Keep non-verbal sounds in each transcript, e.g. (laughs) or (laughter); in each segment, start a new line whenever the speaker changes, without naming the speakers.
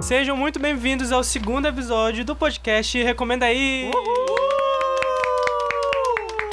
Sejam muito bem-vindos ao segundo episódio do podcast Recomenda aí.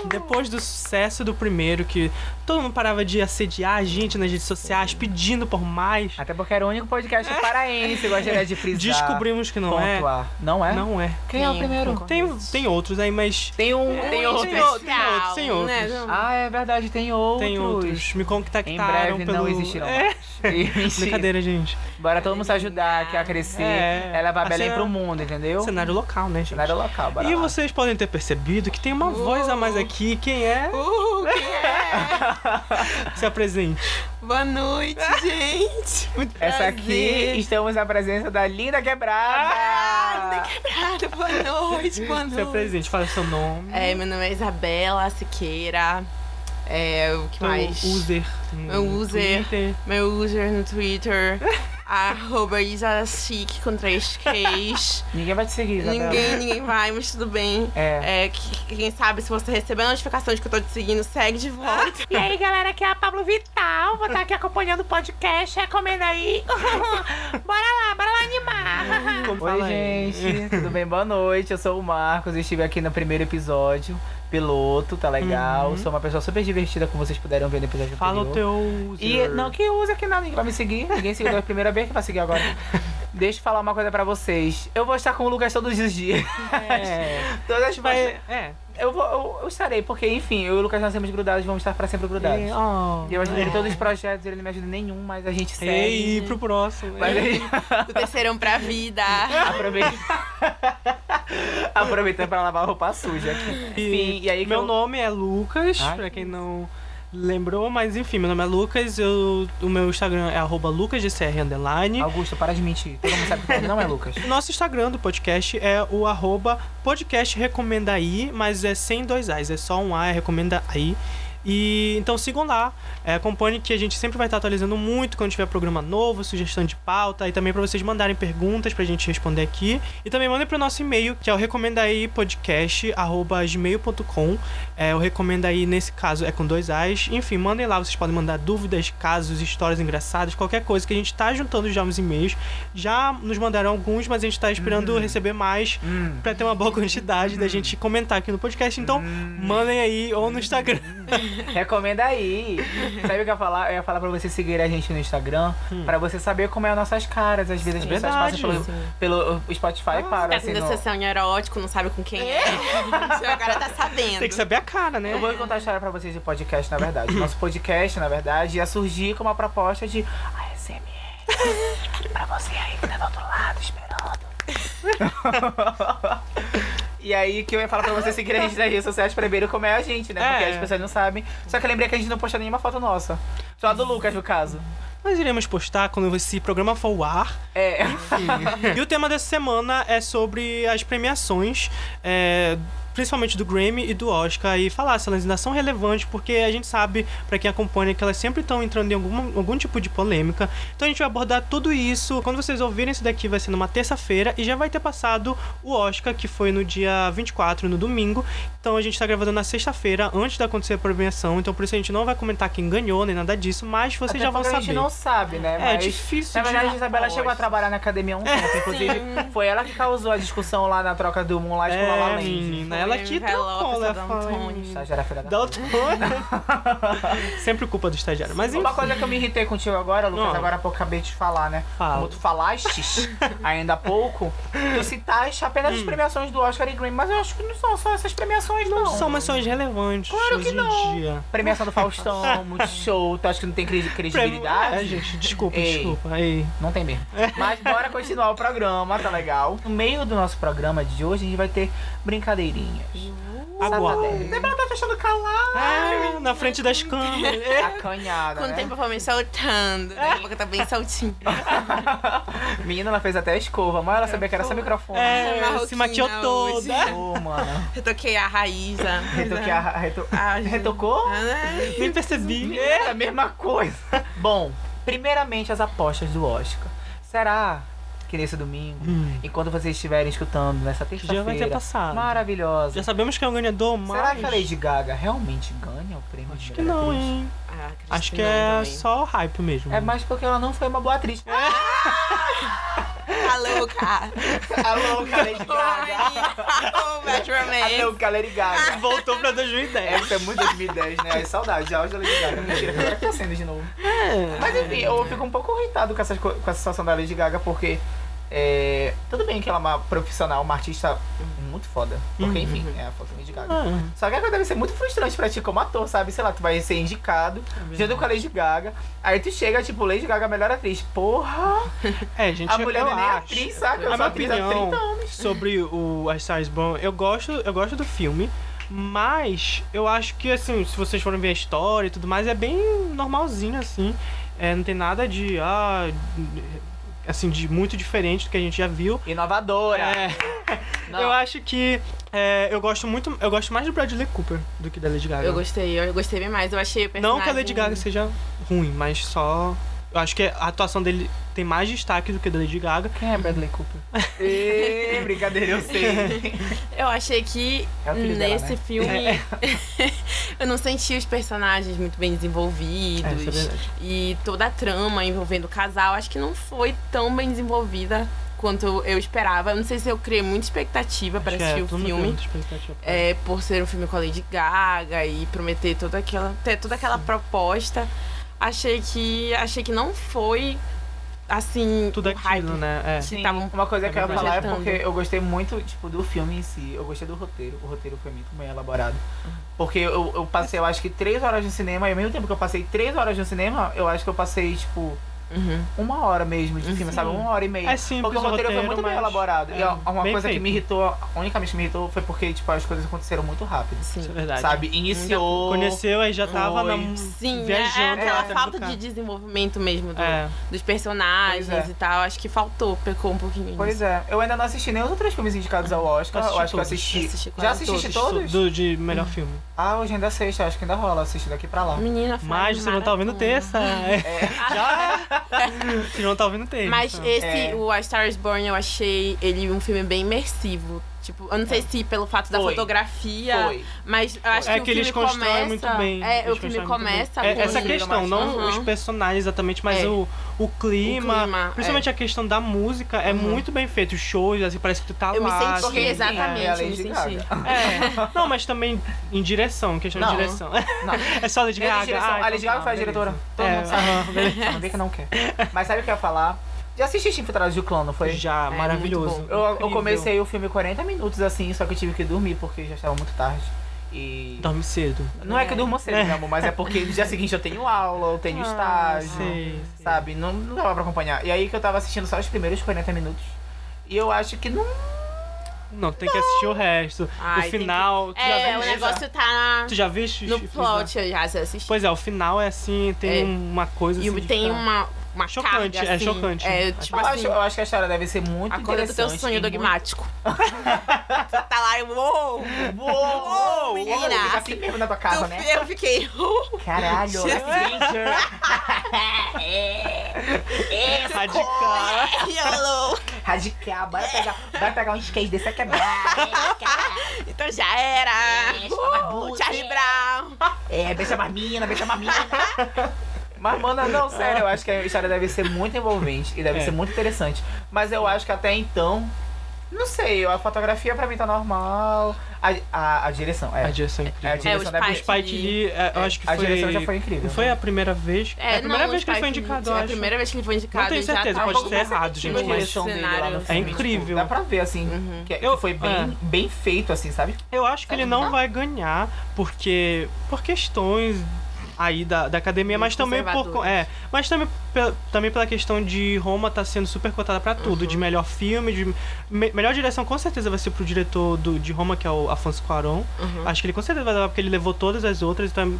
Depois do sucesso do primeiro, que todo mundo parava de assediar a gente nas redes sociais, pedindo por mais,
Até porque era o único podcast paraense, eu gostaria de frisar.
descobrimos que É. não
pontuar. Não
é.
é?
Não é.
Quem é o primeiro?
Tem, tem outros aí, mas.
Tem um,
É,
tem
Tem
outros.
outros, tem outros, tem outros.
Né? Não.
Ah, é verdade, tem outros.
Tem
(laughs)
outros. Me
Em
contactaram
breve
pelo.
não existirão.
É.
mais. E-
(laughs) Brincadeira, gente.
Bora todo mundo se ajudar, que a crescer.
É.
Ela vai
A
Belém
cena-
pro mundo, entendeu?
Cenário local, né, gente?
Então, Cenário local, bora
E
lá.
vocês podem ter percebido que tem uma voz a mais aqui. Quem é?
Uh,
(laughs)
quem é?
Oh.
Se apresente.
Boa noite,
Ah.
gente. Muito
Essa aqui, estamos na presença da Linda Quebrada.
Ah, quebrada. Boa noite, boa
Se
noite.
apresente, fala seu nome.
É, meu nome é Isabela Siqueira. É, o
Então,
que
Seu
mais?
user.
Meu
no
user.
Twitter.
Meu user
(laughs)
no Twitter. arroba Isasic com três Ks.
Ninguém vai te seguir, Isabela.
ninguém, ninguém vai, mas tudo bem.
É.
É, que- que- quem sabe se você receber a notificação de que eu tô te seguindo, segue
(laughs)
de volta.
E aí, galera, aqui é a Pablo Vital. Vou estar aqui acompanhando o podcast. Recomenda aí. (laughs) bora lá, bora lá animar.
Como
Oi,
fala aí?
gente,
(laughs)
tudo bem? Boa noite. Eu sou o Marcos e estive aqui no primeiro episódio. Piloto, tá legal.
Uhum.
Sou uma pessoa super divertida, como vocês puderam ver no episódio
Fala o
anterior.
teu user.
E não, quem usa aqui não, ninguém vai me seguir. Ninguém seguiu da primeira vez que vai seguir
(laughs)
agora. Deixa eu falar uma coisa pra vocês. Eu vou estar com o Lucas todos
(laughs)
os dias.
É.
Todas as
Vai.
tá, tipo, vai...
É.
eu, vou, eu, eu estarei, porque enfim, eu e o Lucas nós somos grudados, vamos estar pra sempre grudados.
E- oh.
E eu ajudo ele em todos os projetos, ele não me ajuda em nenhum, mas a gente segue.
Ei, pro próximo.
Mas
É.
aí-
Do terceirão pra vida.
Aproveita. (laughs) Aproveitando pra lavar roupa suja aqui. Enfim, e aí que
meu
eu-
nome é Lucas,
Ai,
pra
que
quem não lembrou, mas enfim, meu nome é Lucas, eu, o meu Instagram é arroba lucasdcr underline.
Augusto, para de mentir. Todo mundo sabe que você não é Lucas.
Nosso Instagram do podcast é o arroba podcast recomenda aí, mas é sem dois A's, é só um A, é recomenda aí. E então sigam lá, é, acompanhem que a gente sempre vai estar atualizando muito quando tiver programa novo, sugestão de pauta e também para vocês mandarem perguntas pra gente responder aqui. E também mandem pro nosso e-mail, que é o recomenda aí podcast@gmail.com. É, o recomenda aí nesse caso é com dois A's. Enfim, mandem lá, vocês podem mandar dúvidas, casos, histórias engraçadas, qualquer coisa que a gente tá juntando já nos e-mails. Já nos mandaram alguns, mas a gente tá esperando receber mais
Hum.
pra ter uma boa quantidade da gente comentar aqui no podcast. Então, mandem aí ou no Instagram.
Recomenda aí. Sabe o que eu ia falar? Eu ia falar pra você seguir a gente no Instagram, pra você saber como é as nossas caras. Às vezes as pessoas
Verdade.
passam pelo, pelo Spotify e param
Tá
assim.
sendo
no-
sessão em erótico, não sabe com quem é. (laughs) Seu cara tá sabendo.
Tem que saber a cara, né?
Eu vou contar a história pra vocês do podcast, na verdade. Nosso podcast, na verdade, ia surgir com uma proposta de ASMR (laughs) pra você aí que tá do outro lado esperando. (laughs) e aí que eu ia falar pra vocês seguirem a gente nas redes sociais primeiro como é a gente, né? Porque
É.
as pessoas não sabem. Só que eu lembrei que a gente não postou nenhuma foto nossa. Só a do Lucas, no caso.
Nós iremos postar quando esse programa for ao ar.
É.
e o tema dessa semana é sobre as premiações, é, principalmente do Grammy e do Oscar, e falar se elas ainda são relevantes, porque a gente sabe, pra quem acompanha, que elas sempre estão entrando em alguma- algum tipo de polêmica. Então a gente vai abordar tudo isso. Quando vocês ouvirem isso daqui, vai ser numa terça-feira e já vai ter passado o Oscar, que foi no dia 24, no domingo. Então a gente tá gravando na sexta-feira, antes de acontecer a premiação. Então por isso a gente não vai comentar quem ganhou nem nada disso, mas vocês
Até
já vão
porque
saber.
A gente não sabe, né?
É
Mas,
difícil
Na verdade,
de-
a Isabela chegou a trabalhar na academia há um
(laughs)
tempo. Inclusive, foi ela que causou a discussão lá na troca do Moonlight com o La La
É,
Land.
menina,
Foi
ela que
Jennifer Lopez,
trancou, ela
Adam
fala,
Tony.
"Ih,
Estagiária filha da
Dá o tom.
(laughs)
Sempre culpa do estagiário. Mas enfim.
Uma coisa que eu me irritei contigo agora, Lucas,
um Não.
agora há pouco acabei de falar, né?
Fala.
Como tu
(laughs)
falaste ainda há pouco, tu citaste apenas
Hum.
as premiações do Oscar e Grammy, mas eu acho que não são só essas premiações, não.
São menções relevantes.
Claro
hoje
que
em
não.
Dia.
Premiação
(laughs)
do Faustão, Multishow, tu acha que não tem cre- credibilidade?
É, gente, desculpa,
Ei.
desculpa. Aí.
Não tem mesmo.
É.
Mas bora continuar o programa, tá legal? No meio do nosso programa de hoje, a gente vai ter brincadeirinhas.
Aguarda.
Satadélicas. Lembra, ela tá fechando calado.
Ah, na frente das
(laughs)
câmeras.
Acanhada,
Quanto
né?
tempo eu vou me soltando? Daqui a pouco tá bem soltinho.
Menina, ela fez até a escova, mas ela sabia que era só microfone.
É, se
Marroquina
maquiou
hoje.
(laughs)
toda.
Ô, mano.
Retoquei a raiz. a-
Retoquei a, reto,
Ah, gente.
retocou?
Ah, né?
Nem percebi.
É a mesma coisa. (laughs) Bom, primeiramente as apostas do Oscar. Será que nesse domingo,
Hum.
enquanto vocês estiverem escutando nessa terça-feira
Já vai ter passado.
maravilhosa,
Já sabemos que é um ganhador, mas.
será que a Lady Gaga realmente ganha o prêmio? de
Acho que
melhor
não,
atriz?
hein?
Ah, acredito
Acho que
não
é
(laughs)
também.
só hype mesmo.
É mais porque ela não foi uma boa atriz.
A louca.
(laughs) Alô,
(laughs)
Lady Gaga.
O Metro Man.
Alô, Lady Gaga.
Voltou pra 2010.
Essa é muito 2010, né? Ai, saudade, auge da Lady Gaga. Mentira, agora que tá sendo de novo.
É.
Mas enfim, eu fico um pouco irritado com, essas, co- com a situação da Lady Gaga, porque. é, tudo bem que ela é uma profissional, uma artista muito foda. Porque, enfim, é a foto da Lady Gaga.
Uhum. Ah,
Só que agora deve ser muito frustrante pra ti como ator, sabe? Sei lá, tu vai ser indicado,
É
junto com a Lady Gaga. Aí tu chega, tipo, Lady Gaga, melhor atriz. Porra!
é, gente,
A
eu-
mulher
eu
não é nem
acho.
atriz, saca? Eu
A
sou
minha
atriz há 30
opinião
anos.
sobre o A Star is Born, eu gosto, eu gosto do filme, mas eu acho que, assim, se vocês forem ver a história e tudo mais, é bem normalzinho, assim. É, não tem nada de, ah, assim, de muito diferente do que a gente já viu.
Inovadora.
É,
(laughs) Não.
eu acho que é, eu gosto muito, eu gosto mais do Bradley Cooper do que da Lady Gaga.
Eu gostei, eu gostei bem mais. Eu achei o personagem...
Não que a Lady Gaga seja ruim, mas só. Eu acho que a atuação dele tem mais destaque do que a da Lady Gaga.
Quem é Bradley Cooper?
É.
(laughs) Ê, brincadeira,
(laughs)
eu sei.
Eu achei que
É o filho dela,
nesse
né?
filme (laughs) eu não senti os personagens muito bem
É, isso é
desenvolvidos.
verdade.
e toda a trama envolvendo o casal, acho que não foi tão bem desenvolvida quanto eu esperava. Eu não sei se eu criei muita expectativa para
Acho que é,
assistir o
todo mundo tem
filme.
muita expectativa pra
É, por ser um filme com a Lady Gaga e prometer toda aquela, ter toda aquela proposta. Achei que achei que não foi assim
tudo
o hype
aquilo, né? É.
que
Sim,
estavam
Tá, uma coisa que eu
tavam
quero falar é
projetando.
porque eu gostei muito, tipo, do filme em si. Eu gostei do roteiro. O roteiro foi muito bem elaborado. Porque eu, eu passei, eu acho que três horas no cinema, e ao mesmo tempo que eu passei três horas no cinema, eu acho que eu passei, tipo,
Uhum.
uma hora mesmo de filme, sabe? Uma hora e meia.
É simples
porque o
o
roteiro, foi
roteiro,
muito bem
mas
elaborado.
é
e ó, uma
bem
coisa que
feito.
me irritou, unicamente me irritou, foi porque, tipo, as coisas aconteceram muito rápido.
assim.
Isso é verdade.
Sabe? Iniciou.
Conheceu aí já tava
Oi.
na.
Sim, é, é
viajando
aquela
atrás do
falta
cara.
de desenvolvimento mesmo do-
É.
dos personagens
Pois é.
e tal. Acho que faltou, pecou um pouquinho.
Pois é, eu ainda não assisti nem os outros filmes indicados ao Oscar.
Assisti
Eu acho que eu
todos.
assisti.
Assisti quase
Já assististe todos?
Do, de melhor filme.
Ah, hoje ainda é sexta, acho que ainda rola assistir daqui pra lá.
Menina, faz
Mas vocês vão estar tá ouvindo
maratona. É.
terça.
(laughs)
Já. é. Vocês vão estar ouvindo então. terça.
Mas esse,
É.
o A Star is Born, eu achei ele um filme bem imersivo. Tipo, eu não sei se pelo fato da
Foi.
fotografia,
Foi.
mas eu acho
é que
que, o filme
eles constroem
começa,
muito bem.
É, o
eles constroem muito
filme
bem.
começa
É,
com
essa questão, não
Aham.
os personagens exatamente, mas
É.
o, o, clima,
O clima, é. Uhum.
Principalmente a questão da música é muito bem feito. Os shows, assim, parece que tu tá
Eu me
lá.
senti
assim,
exatamente,
É a
eu me
(laughs)
Lady
senti.
É. É. Não, mas também em direção, questão de
Não.
direção. (laughs)
(laughs) Não.
É só Lady
Ele
Gaga.
direção,
Ah, então
a Lady Gaga
tá,
foi a
beleza.
diretora. Todo
É,
mundo sabe.
aham, beleza.
Só não vê que não quer. Mas sabe o que eu ia falar? Já assisti Infiltrados de Clã, não foi?
Já,
muito
maravilhoso.
bom.
É Eu, eu
Incrível.
comecei o filme 40 minutos assim, só que eu tive que dormir porque já estava muito tarde. E.
Dorme cedo.
Não é que eu durmo cedo, meu amor, mas é porque no dia seguinte eu tenho aula, eu tenho estágio.
Sei, sei.
Sabe? Não, não dava pra acompanhar. E aí que eu tava assistindo só os primeiros 40 minutos. E eu acho que não.
Não, tem que assistir o resto.
Ai,
o
tem que-
final. tu já
É, o
viste?
negócio tá
Tu já viste?
no
Chifres, né?
plot, eu já assisti.
Pois é, o final é assim, tem
É.
uma coisa assim.
e
de
tem
ficar-
uma, uma
Chocante,
carga,
é
assim,
chocante.
É,
Eu
tipo
acho,
assim,
eu acho que a história deve ser muito
acorda do
interessante.
teu sonho
e
(laughs)
dogmático. Você tá lá e... Uou!
Muito... Uou, uou,
menina.
uou, fica assim mesmo na tua casa,
Tu-
né?
Eu fiquei... (laughs) uou.
Caralho, É.
(laughs) Radical.
E eu, "Alô."
radical, bora pegar, bora pegar um skate desse aqui quebrar.
Então já era! Uh, Charlie Brown!
É, beija mais mina, beija mais mina. Mas, mano, não, sério, eu acho que a história deve ser muito envolvente e deve
É.
ser muito interessante. Mas eu acho que até então, não sei, a fotografia pra mim tá normal. A, a, a direção, é.
A direção é incrível.
É, a direção
os
deve-
O
pais.
Spike Lee, é, eu acho que
A
foi.
direção já foi incrível.
Não foi a primeira vez. É, a primeira
não,
vez que ele foi
Spike Lee,
indicado, eu
É a
acho.
primeira vez que ele foi indicado.
tenho
e já
certeza,
tá
pode
um
ser
pouco
errado,
cansativo
gente,
a
de
mas-
direção dele lá
cenário,
no
assim.
É
filme, tipo,
incrível.
dá pra ver, assim, que, que
Eu-
foi bem,
é.
bem feito, assim, sabe?
Eu acho que ele não
Aham.
vai ganhar porque por questões aí da, da academia,
Muito
mas também por co-
conservadores.
é, mas também pe- também pela questão de Roma tá sendo super cotada pra tudo,
Uhum.
de melhor filme, de me- melhor direção com certeza vai ser pro diretor do, de Roma que é o Afonso Cuarón.
Uhum.
Acho que ele com certeza vai levar porque ele levou todas as outras, então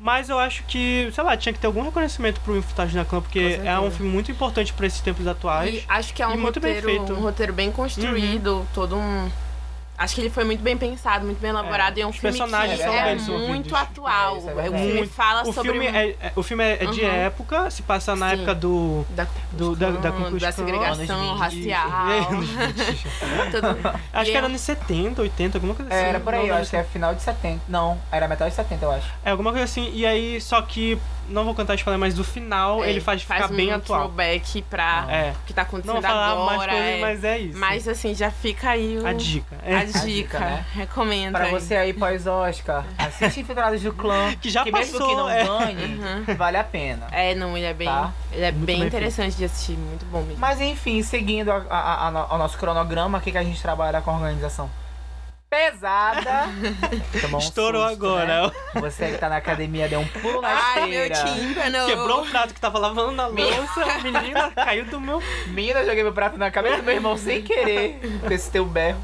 mas eu acho que, sei lá, tinha que ter algum reconhecimento pro Infiltragem na Clã, porque é um filme muito importante pra esses tempos
E
atuais.
acho que é
E
um
muito bem
roteiro,
feito. Uhum.
um roteiro bem construído, todo um. Acho que ele foi muito bem pensado, muito bem elaborado.
É,
e é um
os
filme
personagens
que
são bem
é
desenvolvidos.
muito atual.
É, isso é
o
verdade.
filme
Muito.
fala
O
sobre. um
filme, é, é- o filme é é de
Uhum.
época, se passa na
Sim.
época do
da,
do- da- da Ku Klux Klan,
da segregação
anos 20.
(laughs)
racial. tudo.
Acho
E
que era
é-
anos 70, 80, alguma coisa assim.
É, era por
Não
aí, eu
lembro.
acho que é final de 70. Não, era metade de 70, eu acho.
É, alguma coisa assim. E aí, só que não vou cantar spoiler, mas do final
É,
ele faz ficar
um
bem atual.
throwback pra
É.
o que tá
Não
acontecendo
vou falar mais
agora.
coisas,
é.
mas é isso.
Mas, assim, já fica aí o-
a dica. É.
a dica.
né?
Recomendo.
Pra
aí.
você aí pós-Oscar, assiste Infiltrados do Clã.
Que já
mesmo
passou,
que não
é.
ganhe,
Uhum.
vale a pena.
É, não, ele é bem.
Tá.
Ele é
Muito
bem
bem
interessante de assistir, muito bom mesmo.
Mas enfim, seguindo a- a- a- a- o nosso cronograma, o que, que a gente trabalha com a organização?
(laughs)
Pesada. Tomou um
Estourou
susto,
agora.
né? Você aí que tá na academia deu um pulo na
Ai, meu
esteira.
tímpano.
Quebrou o prato que tava lavando na louça, menina, caiu do meu.
Menina, joguei meu prato na cabeça do meu irmão sem querer. Com esse teu berro.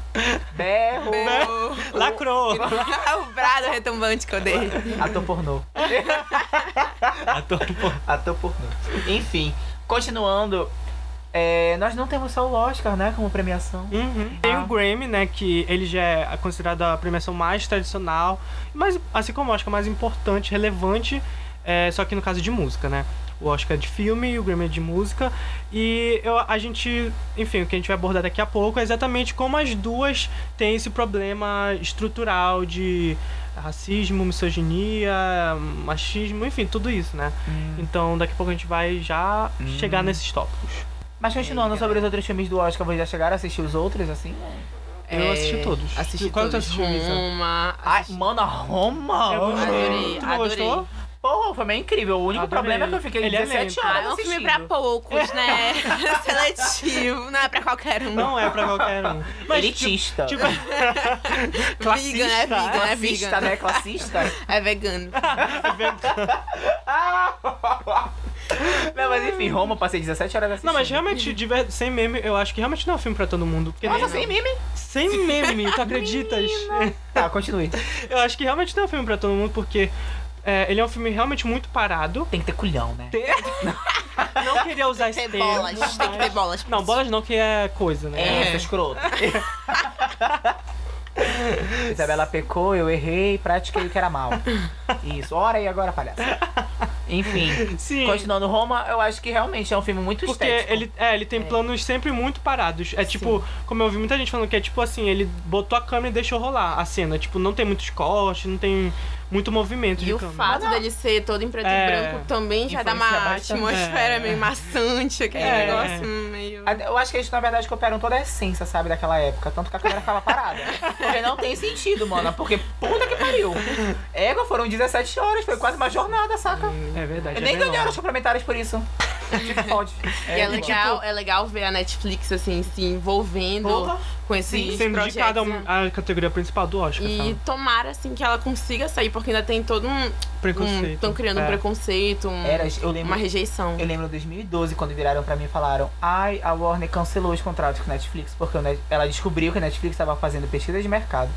Berro.
né?
Meu-
Lacrou! (laughs)
(laughs) o brado retumbante que eu dei.
Ator pornô. (laughs)
Ator, pô.
Ator pornô. Enfim, continuando. é, nós não temos só o Oscar, né? Como premiação.
Uhum. Tem o Grammy, né? Que ele já é considerado a premiação mais tradicional, mas assim como o Oscar, mais importante, relevante, é, só que no caso de música, né? O Oscar é de filme e o Grammy é de música. E eu- a gente, enfim, o que a gente vai abordar daqui a pouco é exatamente como as duas têm esse problema estrutural de racismo, misoginia, machismo, enfim, tudo isso, né? Então daqui a pouco a gente vai já chegar nesses tópicos.
Mas continuando sobre os outros filmes do Oscar, vocês já chegaram a assistir os outros, assim?
É.
Eu assisti todos.
Assisti
é
Qual tu
todos.
assistiu, Isa?
Roma.
Ai,
assisti-
mano, a Roma!
Eu
Olha.
gostei.
adorei,
Tu não gostou?
adorei.
Porra, foi meio incrível. O único
Adorei.
problema é que eu fiquei
Ele é
17
lento.
Ah,
horas
é um
assistindo.
filme pra poucos, né?
(laughs)
Seletivo, não é pra qualquer um.
Não é pra qualquer um. Mas, tipo,
Elitista.
tipo,
Vegan, é vegan, é
Classista,
vegan.
né?
(laughs)
Classista.
É vegano.
não, mas enfim, Roma, eu passei 17 horas assistindo.
não, mas realmente, de ver- sem meme, eu acho que realmente não é um filme pra todo mundo. Porque
Nossa,
nem-
sem meme?
Sem meme, tu acreditas?
Tá, continue.
(laughs) Eu acho que realmente não é um filme pra todo mundo, porque é, ele é um filme realmente muito parado.
Tem que ter culhão, né?
Não queria usar esse
Tem
termo.
bolas, tem que ter bolas.
Não, bolas não, que é coisa, né?
É,
(laughs)
seu escroto. Isabela pecou, eu errei, pratiquei o que era mal. Isso, ora e agora, palhaça. Enfim,
Sim.
continuando Roma, eu acho que realmente é um filme muito
Porque
estético.
ele, é, ele tem planos sempre muito parados. É tipo, como eu vi muita gente falando que é tipo assim, ele botou a câmera e deixou rolar a cena. Tipo, não tem muitos cortes, não tem muito movimento
E
de
o
câmera.
fato dele ser todo em preto
É.
e branco também já dá
Influencia
uma
bastante.
atmosfera
É.
meio maçante, aquele
É.
negócio meio.
Eu acho que eles, na verdade, copiaram toda a essência, sabe, daquela época. Tanto que a câmera ficava parada. Porque não tem sentido, mano. Porque puta que pariu. Égua, foram 17 horas. Foi quase uma jornada, saca?
É verdade. é
Eu nem
bem
ganhei
longo.
horas complementares por
(laughs)
isso. Tipo, pode.
e é
tipo,
legal, é legal ver a Netflix assim se envolvendo
porra.
com esses
sendo
projetos.
indicada
né?
a um- categoria principal do Oscar,
E
sabe?
tomara assim que ela consiga sair, porque ainda tem todo um.
Preconceito.
Estão criando um
É.
preconceito, um-
Era, eu lembro.
uma rejeição.
Eu lembro em 2012, quando viraram pra mim e falaram Ai, a Warner cancelou os contratos com a Netflix Porque o Net- ela descobriu que a Netflix estava fazendo pesquisa de mercado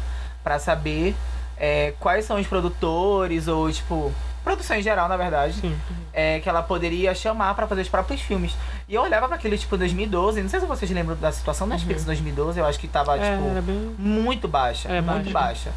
pra saber é, quais são os produtores Ou, tipo, produção em geral, na verdade
Sim.
é, Que ela poderia chamar pra fazer os próprios filmes E eu olhava pra aquele, tipo, 2012 Não sei se vocês lembram da situação da Netflix em 2012 Eu acho que tava,
Uhum. É,
tipo,
era
Uhum.
bem...
muito baixa
É,
Muito baixa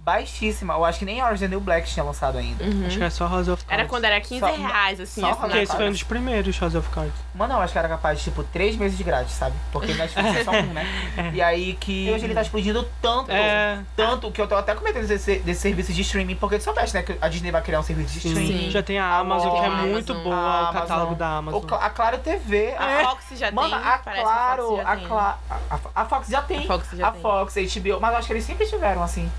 Baixíssima, eu acho que nem Orange and the New Black tinha lançado ainda
Acho que era só House of Cards.
Uhum. Era quando era 15
Só-
reais, assim,
só
Porque
na
esse
assinava.
cara.
foi um dos primeiros House of Cards.
Mano, eu acho que era capaz de, tipo, três meses de grátis, sabe? Porque Netflix é só um,
(laughs)
né? E aí que. E hoje ele tá explodindo tanto,
É.
tanto, que eu tô até com medo desse, desse serviço de streaming, porque tu soubeste, né? Que a Disney vai criar um serviço de streaming.
Sim.
Já tem a Amazon, que é
Amazon.
muito
A
boa, o
Amazon.
catálogo da Amazon.
O Cla- a Claro TV.
um- É.
A
A...
Fox já
Mano,
É. tem,
a
parece que a
Claro.
Fox já
A,
tem.
Cla... a, a Fox já tem.
A Fox já
a
tem.
Fox, a HBO. Mas eu acho que eles sempre tiveram, assim.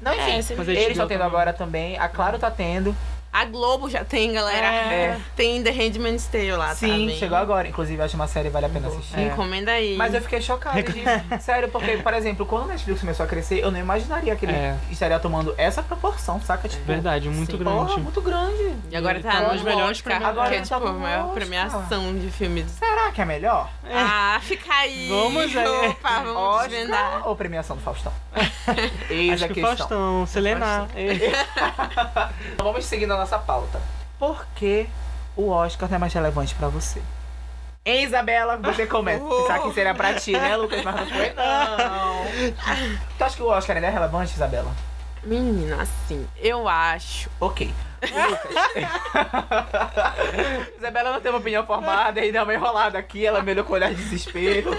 Não,
É,
enfim.
esse-
Mas
eles
HBO
estão tendo
também.
agora também. A Claro tá tendo.
A Globo já tem, galera.
É.
Tem The Handmaid's Tale lá
Sim,
Tá também. Uhum.
chegou agora. Inclusive, acho uma série que vale a pena assistir.
É.
Encomenda aí.
Mas eu fiquei chocada. De... Sério, porque, por exemplo, quando o Netflix começou a crescer, eu não imaginaria que ele
É.
estaria tomando essa proporção, saca? Tipo,
Verdade, muito
Sim.
grande.
Porra, muito grande. Então,
E agora
Ele
tá,
tá
no
nos melhores
Oscar,
prêmios.
que
Agora
é
ele
tipo
tá
a
no
maior
Oscar.
premiação de filmes.
Será que é melhor?
Ah, fica aí.
Vamos aí.
Opa, vamos desvendar.
Oscar ou premiação do Faustão?
(laughs)
Eis
Acho
a
que o
questão.
Faustão, Selena. É.
Então Vamos seguindo a nossa pauta. Por que o Oscar não é mais relevante pra você? Hein, Isabela, você começa.
Oh.
Pensar que seria pra ti, né, Lucas? Mas não foi,
(laughs)
não. tu acha que o Oscar ainda é relevante, Isabela?
Menina, assim, eu acho.
Ok.
(laughs)
Lucas. Isabela não tem uma opinião formada e deu uma enrolada aqui, ela me olhou com olhar de desespero.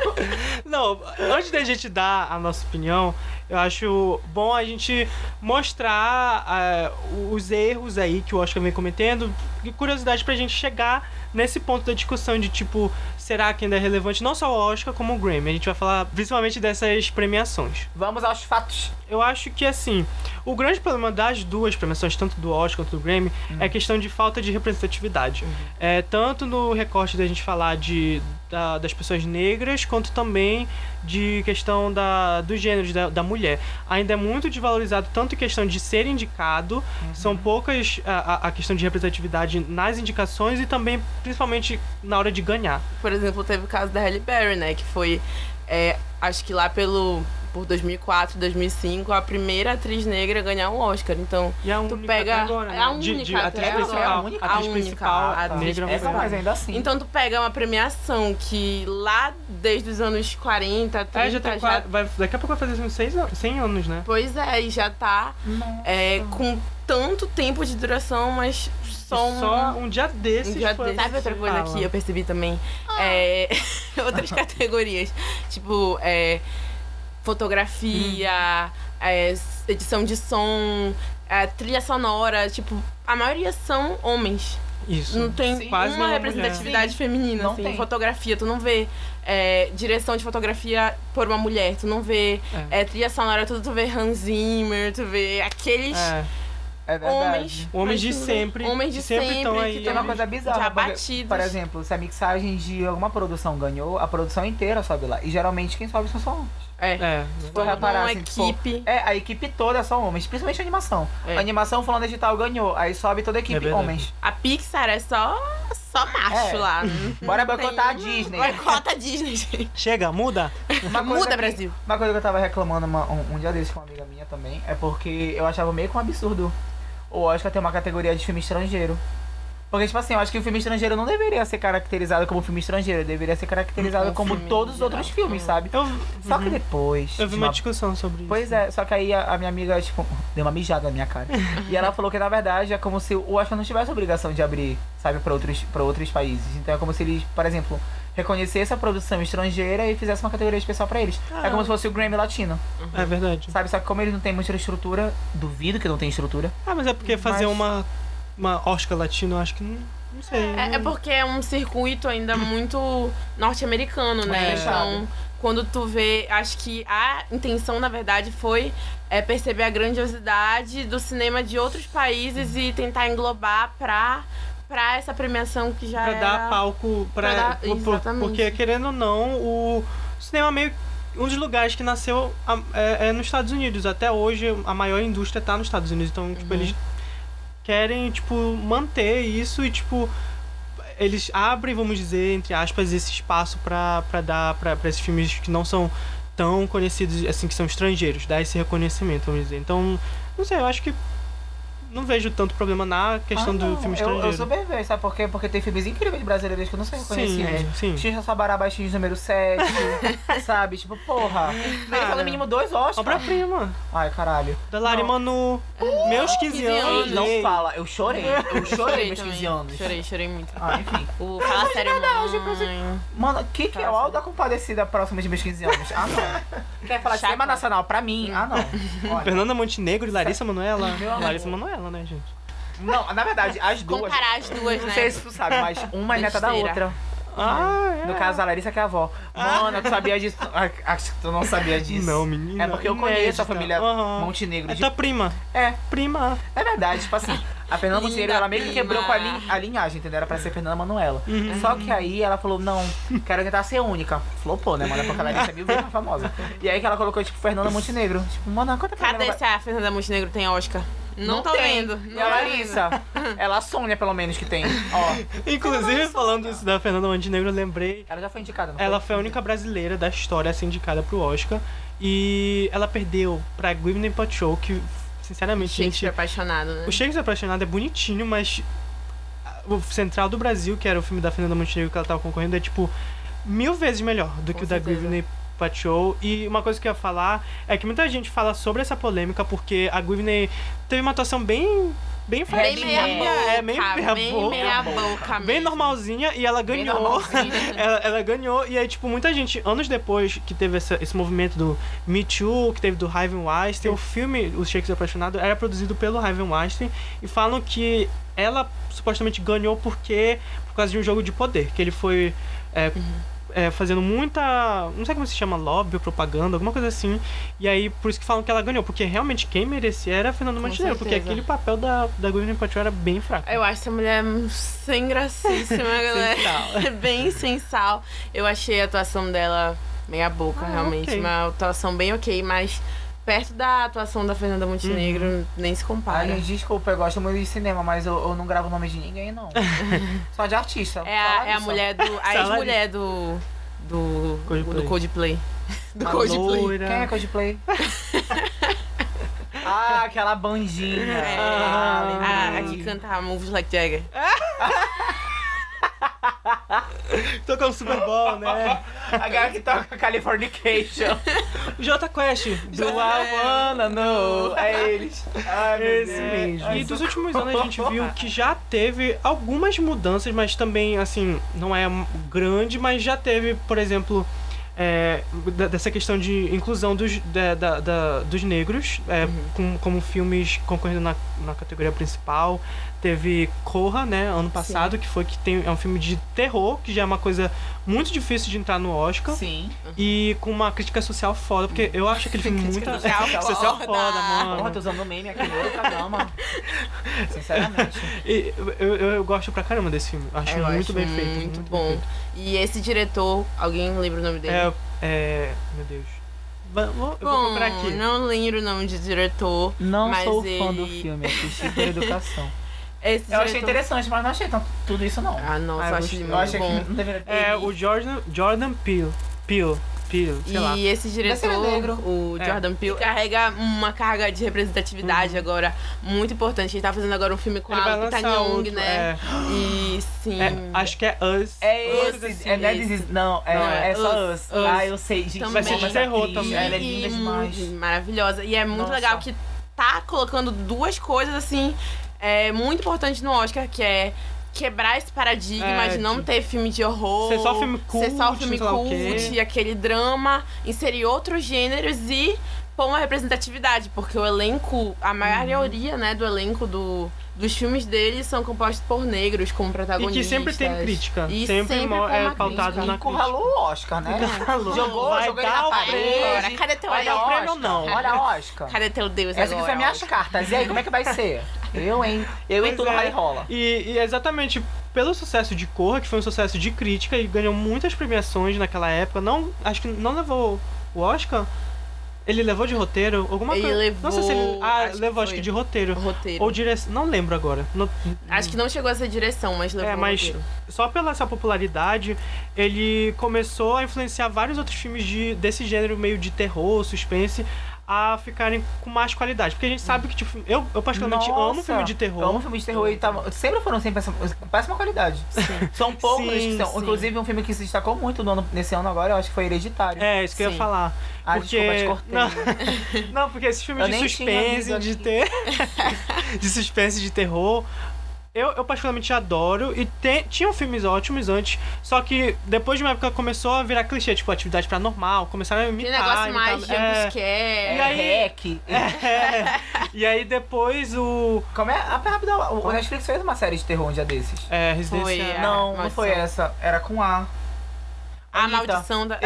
Não, antes da gente dar a nossa opinião, Eu acho bom a gente mostrar ah, os erros aí que o Oscar vem cometendo. E curiosidade pra gente chegar nesse ponto da discussão de tipo, será que ainda é relevante não só o Oscar como o Grammy? A gente vai falar principalmente dessas premiações.
Vamos aos fatos.
Eu acho que assim, o grande problema das duas premiações, tanto do Oscar quanto do Grammy, é a questão de falta de representatividade. É, tanto no recorte da gente falar de, da- das pessoas negras, quanto também de questão da, dos gêneros da, da mulher. Ainda é muito desvalorizado, tanto em questão de ser indicado, são poucas a, a- a questão de representatividade nas indicações e também, principalmente, na hora de ganhar.
Por exemplo, teve o caso da Halle Berry, né? Que foi, é, acho que lá pelo por 2004, 2005, a primeira atriz negra a ganhar um Oscar. Então,
E a
Tu
única
pega
até agora, né?
a única
de, de
até
atriz
agora.
principal,
A única.
atriz
A
principal
única atriz
negra
Tá. Essa,
mulher.
mas ainda assim.
então tu pega uma premiação que lá desde os anos 40, 30,
É, já tem quatro, vai, daqui a pouco vai fazer uns seis anos, 100 anos, né?
Pois é, e já tá é, com tanto tempo de duração, mas só um.
Só um dia desses
um dia
foi
desse. Sabe outra coisa
fala.
que eu percebi também? É, (laughs) outras categorias. Tipo, é, fotografia, é, edição de som, é, trilha sonora. Tipo, a maioria são homens.
Isso.
Não tem
Sim.
Quase
uma
nenhuma
representatividade
mulher.
feminina,
Não
assim.
tem.
Fotografia, tu não vê é, direção de fotografia por uma mulher, tu não vê é, trilha sonora, tudo, tu vê Hans Zimmer, tu vê aqueles
É,
É verdade.
homens.
homens de
mas tudo
sempre,
bem. Homens de
que sempre
sempre,
estão
que
aí. né?
Tem uma coisa
Já
bizarra. Por,
batidos.
por exemplo, se a mixagem de alguma produção ganhou, a produção inteira sobe lá. E geralmente quem sobe são só homens.
É.
É.
Foi
Toda
reparar,
uma
assim, tipo,
equipe.
É, a equipe toda são homens, principalmente a animação.
É.
A animação falando digital ganhou, aí sobe toda a
É
equipe
verdade.
homens.
A Pixar é só, só macho
É.
lá.
(laughs) Bora boicotar a
Tem- um
Disney.
Boicota a Disney, gente.
Chega, muda.
Uma coisa
Muda,
que-
Brasil.
Uma coisa que eu tava reclamando uma- um, um dia desses com uma amiga minha também é porque eu achava meio que um absurdo o Oscar ter uma categoria de filme estrangeiro. Porque, tipo assim, eu acho que o filme estrangeiro não deveria ser caracterizado como filme estrangeiro, deveria ser caracterizado
Como
como
filme
todos os
geral.
outros filmes,
Hum.
sabe?
Eu,
Só que
Um Uhum.
depois.
eu vi
de
uma
uma-
discussão sobre isso.
Pois é, só que aí a, a minha amiga, tipo, deu uma mijada na minha
(laughs)
cara. e ela falou que na verdade é como se o Oscar não tivesse a obrigação de abrir, sabe, pra outros, pra outros países. Então é como se eles, por exemplo, reconhecesse a produção estrangeira e fizesse uma categoria especial pra eles.
Ah.
É como se fosse o Grammy Latino.
É verdade.
Sabe, só que como eles não têm muita estrutura, duvido que não tem estrutura.
Ah, mas é porque fazer
Mas-
uma, uma Oscar latina, eu acho que não, não sei.
É, é porque é um circuito ainda muito norte-americano, né?
É.
Então, quando tu vê, acho que a intenção, na verdade, foi é, perceber a grandiosidade do cinema de outros países e tentar englobar pra, pra essa premiação que já
pra
É,
era...
dar palco pra,
pra dar-
por- por-
exatamente.
porque querendo ou não o cinema é meio um dos lugares que nasceu a- é, é nos Estados Unidos até hoje a maior indústria tá nos Estados Unidos então
Uhum.
tipo eles querem tipo manter isso e tipo eles abrem vamos dizer entre aspas esse espaço pra pra dar pra pra esses filmes que não são tão conhecidos assim que são estrangeiros dar esse reconhecimento vamos dizer então não sei eu acho que não vejo tanto problema na questão
Ah,
do
não,
filme
eu,
estrangeiro
eu super vejo, sabe por quê? Porque tem filmes incríveis brasileiros que não são
sim é.
reconhecidos.
sim
Xuxa Sabará Baixinhos
(laughs)
número 7, sabe? Tipo, porra. Ele
Cara.
no mínimo dois Oscars.
Obra-prima.
Ai, caralho.
Da Lari
Não. Uh,
Manu. Meus 15 anos.
anos.
Não
Ei.
fala, eu chorei.
(laughs)
Eu chorei meus
também.
15 anos.
Chorei, chorei muito.
Ah, enfim.
O Fala Sério
hoje eu
Mãe...
Mano, o que, que é o
assim.
Alda Compadecida próximo de meus 15 anos? Ah,
(laughs)
não. Quer falar de
Chato.
cinema nacional pra mim? Ah,
(laughs)
não. Olha,
Fernanda Montenegro e Larissa Manoela.
Meu amor.
Larissa Manoela, né, gente?
não, na verdade, as duas.
Comparar as duas,
não
né?
sei se tu sabe, mas uma é neta da
Besteira.
outra.
Ah, é.
No caso, a Larissa que é a avó. Mano, tu sabia disso? Ah, Acho que tu não sabia disso.
Não, menina.
É porque eu conheço a
inédita.
família
Aham.
Montenegro.
É
de-
tua prima.
É,
Prima.
É verdade, tipo assim, a Fernanda
(laughs) Linda
Montenegro, ela meio que
prima.
quebrou com a, lin- a linhagem, entendeu? Era pra ser Fernanda Manuela.
Uhum.
Só que aí ela falou, não, quero tentar ser única. Flopou, né, mano? Porque
(laughs)
ela é mil vezes mais famosa. E aí que ela colocou, tipo, Fernanda Montenegro. Tipo, mano, quanta
Cadê
Fernanda
se a Fernanda Montenegro tem Oscar? Não, tô
tem. é
vendo.
E a Larissa? (laughs) Ela a Sônia, pelo menos, que tem. Ó,
Inclusive, falando isso da Fernanda Montenegro, eu lembrei.
ela já foi indicada, não
Ela foi a única brasileira da história a ser indicada pro Oscar. E ela perdeu pra Gwyneth Paltrow, que, sinceramente, gente...
Shakespeare apaixonado, né?
O Shakespeare Apaixonado é bonitinho, mas a- o Central do Brasil, que era o filme da Fernanda Montenegro que ela tava concorrendo, é tipo mil vezes melhor do que
Com
o da
certeza.
Gwyneth Paltrow. E uma coisa que eu ia falar é que muita gente fala sobre essa polêmica porque a Gwyneth teve uma atuação bem bem
Bem
fraquinha,
meia boca.
é bem meia
bem
boca.
meia boca
Bem
mesmo.
normalzinha e ela
Bem
ganhou.
normalzinha.
ela, ela ganhou. E aí, tipo, muita gente, anos depois que teve essa- esse movimento do Me Too, que teve do Raven Weinstein, o filme Os Shakes Apaixonado era produzido pelo Raven Weinstein e falam que ela supostamente ganhou porque por causa de um jogo de poder, que ele foi é, é, fazendo muita, não sei como se chama, lobby, propaganda, alguma coisa assim. E aí, por isso que falam que ela ganhou, porque realmente quem merecia era a Fernanda Montenegro, porque
certeza.
aquele papel da, da Gwyneth Paltrow era bem fraco.
É,
Eu acho essa mulher sem gracíssima, galera. É (laughs) bem sem sal. Eu achei a atuação dela meia boca,
Ah,
realmente.
ok.
Uma atuação bem ok, mas perto da atuação da Fernanda Montenegro, nem se
Ai,
compara.
gente, desculpa, eu gosto muito de cinema, mas eu, eu não gravo o nome de ninguém,
(laughs)
não. só de artista.
é, a, é a mulher do. A
Salário.
ex-mulher do. Do.
Coldplay.
Do Coldplay. (laughs) Do
Uma
Coldplay.
loira.
Quem é Coldplay? (laughs) ah, aquela bandinha.
É,
Ah,
a, a
lembrei.
que canta Moves Like Jagger.
Tocando Super Bowl,
(laughs)
né?
A galera que toca (laughs) Californication.
Jota Quest, do I Wanna Know.
É eles. Ai, meu
Esse
Deus.
mesmo.
Ai,
É, E
socorro.
dos últimos anos a gente viu que já teve algumas mudanças, mas também, assim, não é grande, mas já teve, por exemplo, é, da- dessa questão de inclusão dos, da- da- da- dos negros, é, com- como filmes concorrendo na, na categoria principal. Teve Corra, né, ano passado, que foi que tem, é um filme de terror, que já é uma coisa muito difícil de entrar no Oscar.
Sim.
E com uma crítica social foda, porque eu acho aquele filme muito.
Crítica social
(laughs) social
foda.
foda,
Porra, tô
mano.
usando o meme aqui no outro (laughs) programa. Sinceramente.
E eu, eu, eu gosto pra caramba desse filme. Eu Acho
Eu
muito
acho
bem feito.
Muito,
bem
bom.
feito.
E esse diretor, alguém lembra o nome dele?
É, é. Meu Deus. Va- vou- eu vou
Bom,
procurar aqui.
não lembro o nome de diretor.
Não
Mas
sou fã do
ele-
filme, assisti por educação.
Esse
Eu
diretor...
achei interessante, mas não achei tanto, tudo isso, não.
Ah, nossa,
Ah,
eu
eu
acho
gostei.
ele
Eu
muito
achei
bom.
que não deveria ter.
É o Jordan, Jordan Peele. Peele. Peele, sei lá.
E esse diretor,
Deve ser negro.
o
É. Uhum.
Jordan Peele, carrega uma carga de representatividade agora muito importante. Ele tá fazendo agora um filme com
Ele vai
a Lupita
lançar
Nyong,
outro.
né?
é.
E sim.
É, acho que é Us.
É
Us,
esse,
esse,
é Dead
esse.
Disease. Não, é,
Não, é
é só
Us,
Us.
Us.
Ah, eu sei, gente.
Vai ser
como
de
essa
terror
atriz,
também.
Ela é
E-
linda
e
demais.
muito Maravilhosa. E é muito
Nossa.
legal que tá colocando duas coisas assim é, muito importantes no Oscar, que é quebrar esse paradigma
É,
de não
tipo,
ter filme de horror.
ser só filme
Ser só
cult,
filme
sei lá o quê.
cult, aquele drama, inserir outros gêneros e pôr uma representatividade, porque o elenco, a maioria,
Uhum.
né, do elenco do, dos filmes dele são compostos por negros como
E
protagonistas.
que sempre tem crítica.
E
sempre
sempre
mo-
com
é
uma
pautado
crítica.
na
Encurralou
crítica.
o Oscar, né? Jogou,
Vai
jogou ele
dar um
na
o
parede.
prêmio.
Agora, cadê teu
Olha,
o
Oscar?
prêmio
Oscar.
ou não?
Olha, Oscar.
Cadê teu Deus
Essa aqui
agora?
foi minhas cartas. E aí, como é que vai ser? Eu, hein? Eu e
Pois
tu no
é.
Harry Rola.
E, e exatamente pelo sucesso de Corra, que foi um sucesso de crítica e ganhou muitas premiações naquela época, não acho que não levou o Oscar. Ele levou de roteiro alguma
Ele
coisa. não sei se ele
levou-
ah,
acho que
levou acho
foi.
que de roteiro.
Roteiro.
Ou direção, não lembro agora. Não-
Acho que não chegou a ser direção, mas levou
é, mas
roteiro.
só pela essa popularidade, ele começou a influenciar vários outros filmes de, desse gênero meio de terror, suspense, a ficarem com mais qualidade. Porque a gente
Hum.
sabe que, tipo, eu, eu particularmente amo
Nossa,
filme de terror.
Amo filme de terror e tá, sempre foram sempre essa- com péssima qualidade. (laughs) São poucos
Sim,
que são.
sim.
Inclusive, um filme que se destacou muito no ano, nesse ano agora, eu acho que foi Hereditário.
É, isso que eu
Sim.
ia falar.
Ah,
porque...
desculpa, te cortei.
Não, Não, (laughs) porque esse filme
Eu
de
nem tinha
suspense,
lido
de
aqui.
ter.
(laughs)
de suspense, de terror. Eu, eu particularmente adoro e te- tinham filmes ótimos antes, só que depois de uma época começou a virar clichê, tipo atividade paranormal, começaram a
Que
imitar.
negócio
imitar-
mais
é,
jumpscare.
E aí-
Rec.
é. E aí depois o
Como é? Ah, rápido, o o Netflix fez uma série de terror um dia desses.
é, Residência
Foi, é.
não, não
maldição.
foi essa. Era com A.
A
Anitta.
maldição da.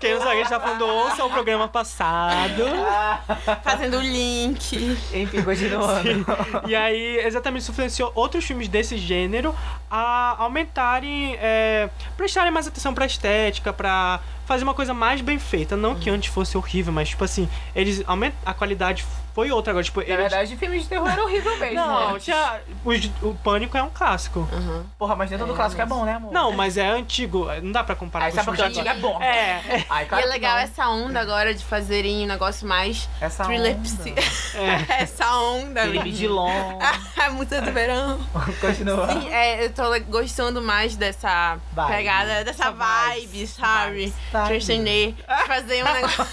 Quem não sabe, a gente tá falando ouça o programa passado.
(laughs)
Fazendo o link.
Enfim,
(laughs)
continuando.
(laughs) E aí, exatamente, isso influenciou outros filmes desse gênero a aumentarem, é, prestarem mais atenção pra estética, pra fazer uma coisa mais bem feita. Não
Uhum.
que antes fosse horrível, mas, tipo assim, eles aument... a qualidade foi outra agora. Tipo,
Na
eles...
verdade, filmes de terror era horrível mesmo.
não,
né?
tinha... os- o Pânico é um clássico.
Uhum.
Porra, mas dentro
É,
do clássico é
mas-
bom, né, amor?
Não, mas é antigo, não dá pra comparar
Aí
com os
sabe porque o
filmes de
antigo é bom.
agora. É,
Ai,
E
claro
é
que
legal
não.
essa onda agora de fazerem um negócio mais
essa
thriller
onda.
psi.
é.
(laughs) essa onda,
Felipe
(laughs)
Dilon.
A música do verão.
(laughs) Continua.
Sim, é, eu tô gostando mais dessa
Vibe.
pegada, dessa
Essa
vibe,
vibes,
sabe?
Tá. vibes,
(laughs)
sabe?
Transcender. Fazer um negócio.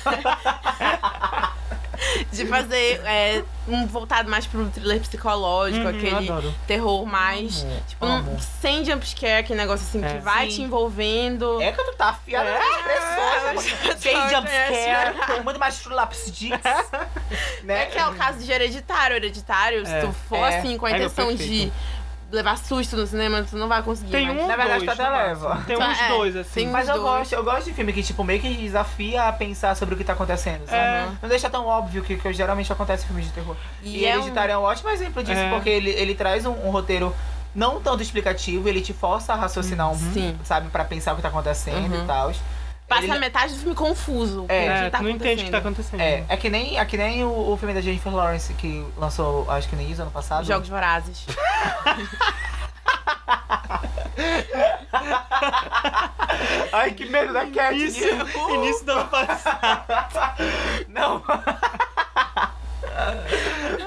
de fazer é, um voltado mais pro thriller psicológico,
tipo,
Uhum, eu
aquele
adoro.
terror mais.
Amo,
tipo,
amo.
um, sem jumpscare, aquele negócio assim
É.
que vai
Sim.
te envolvendo.
É que tu tá afiada nas expressões.
acho que
Cheio
eu
de
conheço,
jumpscare. né? Muito mais lápis
(laughs)
dicks.
É
Né?
que é o caso de hereditário. Hereditário,
É.
se tu for
É.
assim com a
É, meu
intenção de
perfeito.
levar susto no cinema, tu não vai conseguir.
Tem
mas-
um
Na verdade, tu
dois,
até
no
leva.
Tem
Então,
uns
é,
dois, assim.
tem-
Mas eu
Os dois.
gosto, eu gosto de filme que, tipo, meio que desafia a pensar sobre o que tá acontecendo, sabe?
É.
Não deixa tão óbvio que, que geralmente acontece em filmes de terror. E,
E é um...
Hereditário é um... ótimo exemplo disso,
É.
porque ele, ele traz um, um roteiro não tanto explicativo, ele te força a raciocinar um,
Sim.
sabe, pra pensar o que tá acontecendo
Uhum.
e tal.
Passa
tá Ele-
metade do filme confuso. com
É.
o
É,
que tá
tu não entende o que tá
acontecendo.
acontecendo.
É, é que nem, é que nem o, o filme da Jennifer Lawrence, que lançou, acho que no início do ano passado.
Jogos Vorazes.
Ai, que medo da Katniss! (laughs)
Início, (laughs) início do ano passado.
Não! (laughs)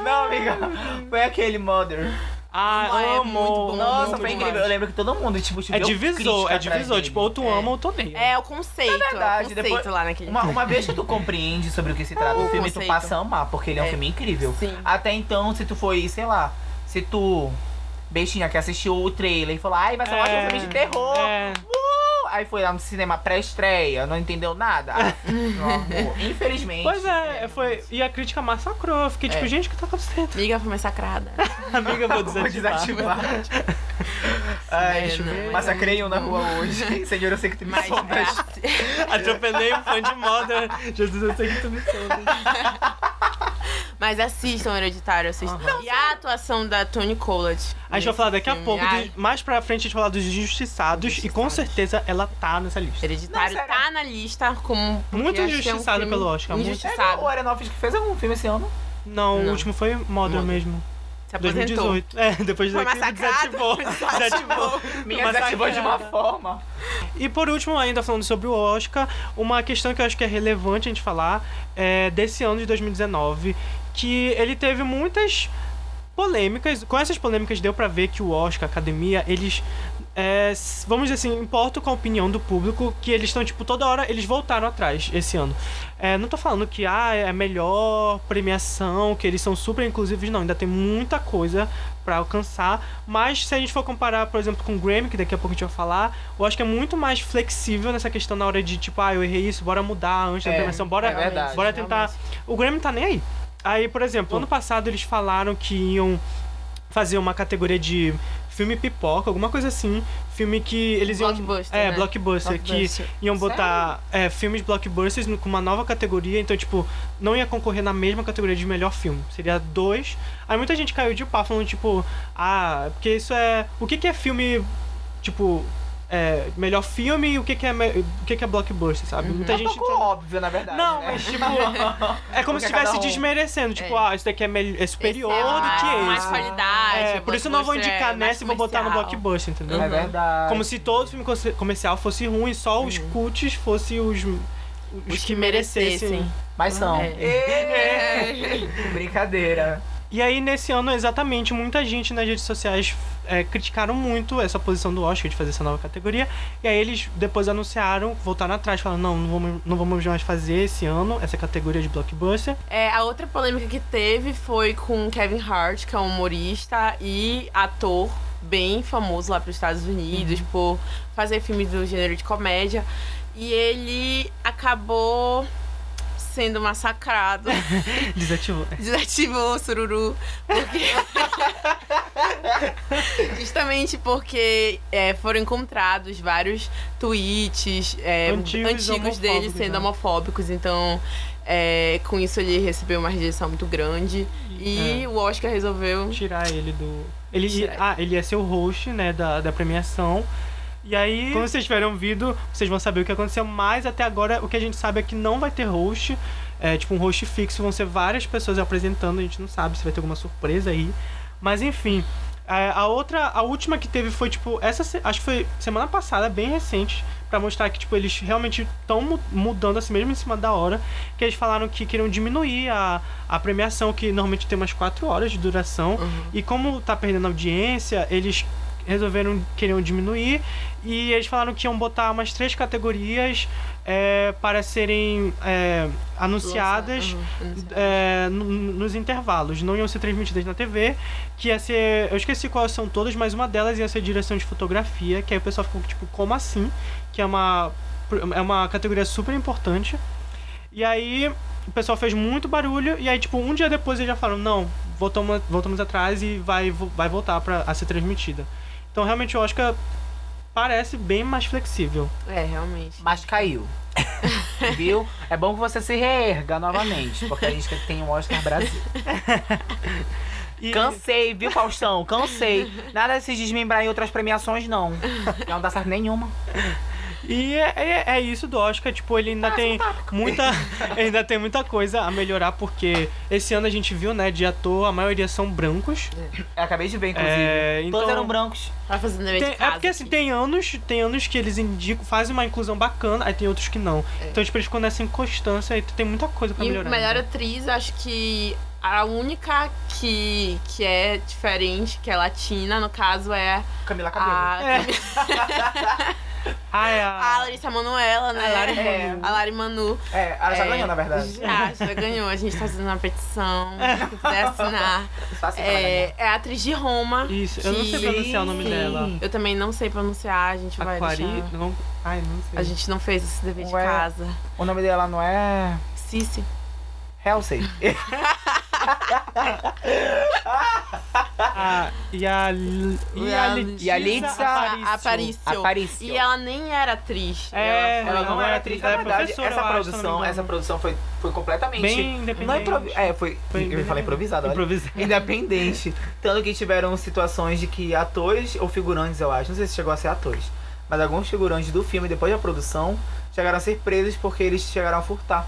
Não, amiga. Foi aquele Mother.
Ah,
Ah, é
amo.
muito bom,
Nossa,
muito
foi
bom.
incrível. Eu lembro que todo mundo, tipo,
É
choveu
divisor,
crítica
é
atrás
divisor.
dele.
Tipo, ou tu
É.
ama ou tu odeia.
É, o conceito.
Na verdade,
o conceito
depois-
lá naquele
Uma, uma vez que tu compreende sobre o que se trata
O
o filme, tu
Uh, conceito.
passa a amar, porque ele é um
É.
filme incrível.
Sim.
Até então, se tu foi, sei lá, se tu, bestinha, que assistiu o trailer e falou, ai, mas eu acho um filme de terror.
É,
Uh! Aí foi lá no cinema pré-estreia, não
(laughs)
entendeu nada. Ah, meu amor, Infelizmente.
Pois é, foi. E a crítica massacrou. Eu Fiquei tipo,
É.
gente, o que tá acontecendo?
Amiga foi
(laughs)
massacrada.
Amiga, eu vou desativar.
Ai,
É,
deixa eu ver.
não,
Massacrei um na rua
(laughs)
hoje. Senhor, eu sei que né? tu me
Mas
sombras.
(laughs)
graças-
Atropelei um fã de moda. Jesus, eu sei que tu me soube.
Mas assistam Hereditário, assistam. E a atuação da Toni Collette.
A gente vai falar daqui a
nesse
pouco,
filme. Ai,
de- mais pra frente a gente vai falar dos injustiçados, e com
Injustiçados.
certeza ela tá nessa lista.
Hereditário
Não, será?
tá na lista como. porque
Muito
acho que é um
injustiçado
filme
pelo Oscar, muito.
É,
Injustiçado.
o Aronofsky que fez algum filme esse ano?
Não, o
Não.
último foi Modern
Modern.
mesmo.
Se aposentou.
2018. É, depois
Foi
da crise desativou.
massacrado.
Desativou.
Minha desativou de uma
Massacrada.
forma.
E por último, ainda falando sobre o Oscar, uma questão que eu acho que é relevante a gente falar é desse ano de 2019, que ele teve muitas polêmicas. Com essas polêmicas deu pra ver que o Oscar, a academia, eles é, s- vamos dizer assim, importam com a opinião do público, que eles estão, tipo, toda hora eles voltaram atrás esse ano. É, não tô falando que ah, é a melhor premiação, que eles são super inclusivos, não, ainda tem muita coisa pra alcançar, mas se a gente for comparar, por exemplo, com o Grammy, que daqui a pouco a gente vai falar, eu acho que é muito mais flexível nessa questão na hora de, tipo, ah, eu errei isso, bora mudar antes da
É,
premiação, bora,
é verdade,
bora tentar. O Grammy tá nem aí. Aí, por exemplo, ano passado eles falaram que iam fazer uma categoria de filme pipoca, alguma coisa assim. Filme que eles iam.
Blockbuster,
É,
né?
blockbuster.
Blockbuster.
Que iam botar é, filmes blockbusters no- com uma nova categoria. Então, tipo, não ia concorrer na mesma categoria de melhor filme. Seria dois. Aí muita gente caiu de pau falando, tipo, ah, porque isso é. O que, que é filme. Tipo. é, melhor filme e o que, que é me- o que, que é blockbuster, sabe? Muita
Uhum.
É um
gente. tá-
pouco óbvio, na verdade.
Não,
né?
mas tipo. É como
Porque
se estivesse
cada um-
desmerecendo. Tipo, ah, isso daqui é, mel- é superior
Esse é
do que
mais-
esse.
Mais qualidade.
É, por isso eu não vou
blockbuster
indicar
é mais
nessa e vou botar no
comercial.
blockbuster, entendeu?
(laughs) É verdade.
Como se todo filme co- comercial fosse ruim, só os
Uhum.
cults fossem os, os,
Os
que merecessem.
Mas são.
É.
Ê!
É.
Brincadeira.
E aí, nesse ano, exatamente, muita gente nas redes sociais é, criticaram muito essa posição do Oscar de fazer essa nova categoria. E aí eles depois anunciaram, voltaram atrás, falaram, não, não vamos, não vamos mais fazer esse ano essa categoria de blockbuster. (laughs)
É, a outra polêmica que teve foi com Kevin Hart, que é um humorista e ator bem famoso lá para os Estados Unidos por fazer filmes do gênero de comédia. E ele acabou sendo massacrado.
Desativou.
Desativou o sururu. Porque... (laughs) Justamente porque é, foram encontrados vários tweets é,
Antigos
antigos, dele
homofóbicos,
sendo
né?
homofóbicos. Então, é, com isso ele recebeu uma rejeição muito grande.
É.
E o Oscar resolveu.
tirar ele do. Ele,
Tirar ele.
Ah, ele ia ser o host, né, da, da premiação. E aí, como vocês tiverem ouvido, vocês vão saber o que aconteceu, mas até agora o que a gente sabe é que não vai ter host. É, tipo, um host fixo, vão ser várias pessoas apresentando, a gente não sabe se vai ter alguma surpresa aí. Mas enfim. é, A outra, a última que teve foi, tipo, essa. se- Acho que foi semana passada, bem recente, pra mostrar que, tipo, eles realmente estão mudando assim mesmo em cima da hora. Que eles falaram que queriam diminuir a, a premiação, que normalmente tem umas 4 horas de duração. E como tá perdendo audiência, eles resolveram queriam diminuir e eles falaram que iam botar umas três categorias é, para serem é, anunciadas é, no- nos intervalos. Não iam ser transmitidas na TV, que ia ser. Eu esqueci quais são todas, mas uma delas ia ser direção de fotografia, que aí o pessoal ficou tipo, como assim? Que é uma, é uma categoria super importante. E aí o pessoal fez muito barulho, e aí, tipo, um dia depois eles já falaram: não, voltamos, voltamos atrás e vai, vo- vai voltar pra, a ser transmitida. Então realmente o Oscar parece bem mais flexível.
É, realmente.
Mas
(laughs)
caiu. Viu? É bom que você se reerga novamente, porque a gente tem um Oscar Brasil.
E-
Cansei, viu, Faustão? Cansei. Nada de se desmembrar em outras premiações, não. Não dá certo nenhuma.
E é, é- é isso do Oscar, tipo, ele ainda tem muita. (laughs) ainda tem muita coisa a melhorar, porque esse ano a gente viu, né, de ator, a maioria são brancos.
Eu acabei de ver, inclusive.
É, então,
Todos eram brancos.
Vai Tá fazendo dever
tem-
de casa.
é porque assim,
aqui.
tem anos, tem anos que eles indicam, fazem uma inclusão bacana, aí tem outros que não. Então, tipo, eles ficam nessa inconstância e tem muita coisa pra
É. E
melhorar. né?
melhor é
ainda.
atriz, acho que a única que, que é diferente, que é latina, no caso, é
Camila Cabelo.
a,
É, (laughs) Ah, é
a
a...
Larissa Manoela, né?
A Lari
É.
A Lari Manu.
É, ela já
É,
ganhou, na verdade.
Já, já ganhou. A gente tá fazendo
(laughs)
uma petição. Se puder assinar.
Só assim pra ganhar.
É, é a atriz de Roma.
Isso, eu não sei
que-
pronunciar o nome
Sim.
dela.
Eu também não sei pronunciar, a gente vai
Aquari.
deixar.
Não... Ai, não sei.
A gente não fez esse dever de
Ué.
casa.
O nome dela não é.
Cici.
Halsey.
Ah, e a. L- E a,
E a-
Letizia
e a Letizia
Aparicio.
Aparicio.
Aparício.
E ela nem era atriz.
É,
Ela não,
Não,
era
é atriz,
atriz, na
ela é
verdade.
professora,
Essa
eu acho, se não me
produção,
engano.
essa produção foi, foi completamente.
Bem
não
independente.
improvi... É,
Foi
foi. eu falei
independente.
improvisado, olha.
Improvisar.
Independente. Tanto que tiveram situações de que atores ou figurantes, eu acho, não sei se chegou a ser atores, mas alguns figurantes do filme, depois da produção, chegaram a ser presos porque eles chegaram a furtar.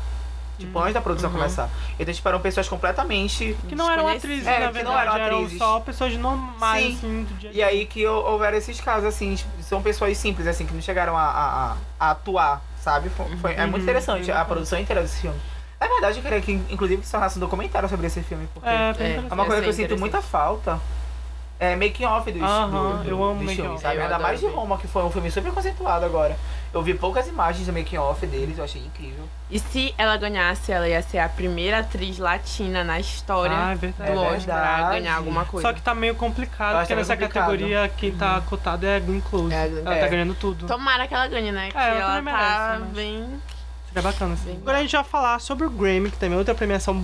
Tipo, antes da produção
Uhum.
começar. Então tiveram pessoas completamente.
Que não eram atrizes,
É,
na
que
verdade.
não eram
eram,
atrizes.
só pessoas normais,
Sim.
assim, do dia a
E é
dia.
aí que hou- houveram esses casos, assim, são pessoas simples, assim, que não chegaram a, a- a- a atuar, sabe? Foi, foi- é muito
Uhum.
interessante a produção inteira desse filme. Na verdade, eu queria que, inclusive, que tornasse um documentário sobre esse filme, porque é,
É, foi
É.
interessante.
uma coisa que eu
Ia ser
sinto muita falta. É making off dos,
Aham,
do, do,
eu amo
dos
making
filmes,
of.
sabe?
Eu
Ainda
adoro
mais de
ver.
Roma, que foi um filme super conceituado agora. Eu vi poucas imagens do making off deles, eu achei incrível.
E se ela ganhasse, ela ia ser a primeira atriz latina na história
Ah, é
do
verdade.
É
Oscar a
verdade.
ganhar alguma coisa.
Só que tá meio complicado,
Eu acho
porque
que é
nessa
complicado. Uhum.
categoria quem tá cotada é a Glenn Close.
É, a Glenn-
ela tá
é.
ganhando tudo.
Tomara que ela ganhe, né? Que
ela
ela
É, também
tá
merece, mas-
bem.
Seria bacana, assim.
Bem
Agora a gente vai falar sobre o Grammy, que também é outra premiação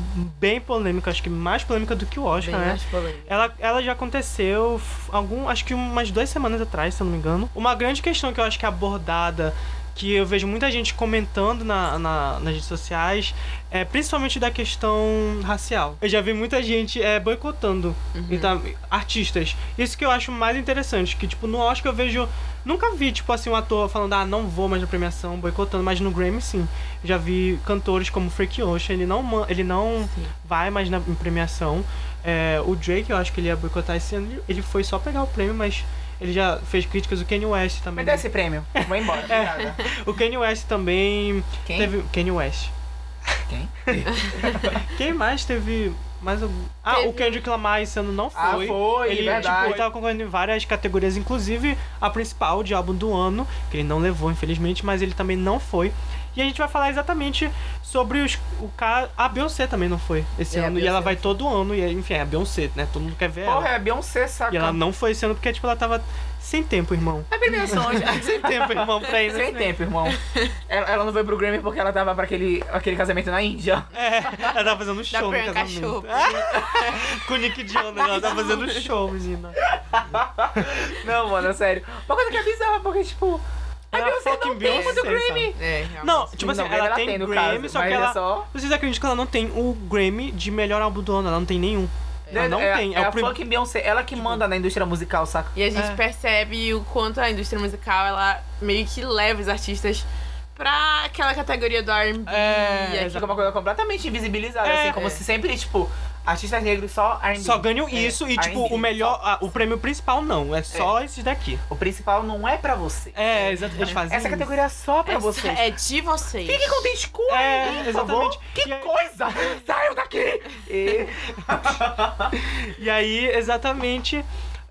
bem polêmica, acho que mais polêmica do que o Oscar,
bem
né?
mais polêmica.
Ela, ela já aconteceu f- algum, acho que umas duas semanas atrás, se eu não me engano. Uma grande questão que eu acho que é abordada, que eu vejo muita gente comentando na, na- nas redes sociais, é principalmente da questão racial. Eu já vi muita gente é, boicotando então, artistas. Isso que eu acho mais interessante, que tipo, no Oscar eu vejo. Nunca vi, tipo assim, um ator falando, ah, não vou mais na premiação, boicotando, mas no Grammy sim. Já vi cantores como Frank Ocean, ele não, man- ele não
Sim.
vai mais na em premiação. É, o Drake, eu acho que ele ia boicotar esse ano. ele- Ele foi só pegar o prêmio, mas ele já fez críticas. O Kanye West
Me
também.
dá esse prêmio. Vou embora.
É. (laughs)
obrigada.
O Kanye West também
Quem?
teve. Kanye West.
Quem?
(laughs) Quem mais teve. Mais algum... Ah, o
Teve-
Kendrick Lamar esse ano não
Ah, foi,
ele,
verdade.
tipo, ele tava concorrendo em várias categorias, inclusive a principal de álbum do ano, que ele não levou, infelizmente, mas ele também não foi. E a gente vai falar exatamente sobre os, o caso. A Beyoncé também não foi esse
É, a
ano. E ela
Beyoncé
vai todo ano. E, enfim, é a Beyoncé, né? Todo mundo quer ver
Porra,
ela.
é a Beyoncé, saca?
E ela não foi esse ano porque, tipo, ela tava sem tempo,
(laughs)
irmão.
A
(laughs)
premiação hoje.
Sem tempo, irmão, pra ir. né?
Sem
nesse-
tempo, irmão. Ela, ela não foi pro Grammy porque ela tava pra aquele, aquele casamento
(laughs)
na Índia.
É, ela tava fazendo
Da
show no
Priyanka
casamento. Ah,
Chopra.
Com o Nick Jonas, ela tá fazendo show, menina.
Não, mano, é sério. Uma coisa que é bizarra, porque, tipo, a
Ela é
Beyoncé
fucking
não tem
Beyoncé,
do Grammy.
É, realmente.
Não, tipo assim,
Não,
ela, tem,
no
Grammy,
caso,
só
mas
que
é
ela.
só-
Vocês acreditam que ela não tem o Grammy de melhor álbum do ano? Ela não tem nenhum. Ela não
é,
tem.
É,
É,
a
o prim... Tipo
fucking Beyoncé. Ela que manda na indústria musical, saca?
E a gente
É.
percebe o quanto a indústria musical, ela meio que leva os artistas pra aquela categoria do R&B.
É,
aqui.
Fica uma coisa completamente invisibilizada,
É.
assim, como
É.
se sempre, tipo, artistas negros só R&B.
Só ganham isso e,
R&B,
tipo, o melhor. ah, o prêmio principal não. É só esses daqui.
O principal não é pra você.
É, exatamente. Eles fazem.
Essa
isso.
categoria é só pra
é,
vocês.
é de vocês.
Fiquem com desculpa,
É,
por
exatamente.
favor. Que
E aí-
coisa!
(laughs)
Saiam daqui! E-
E aí, exatamente.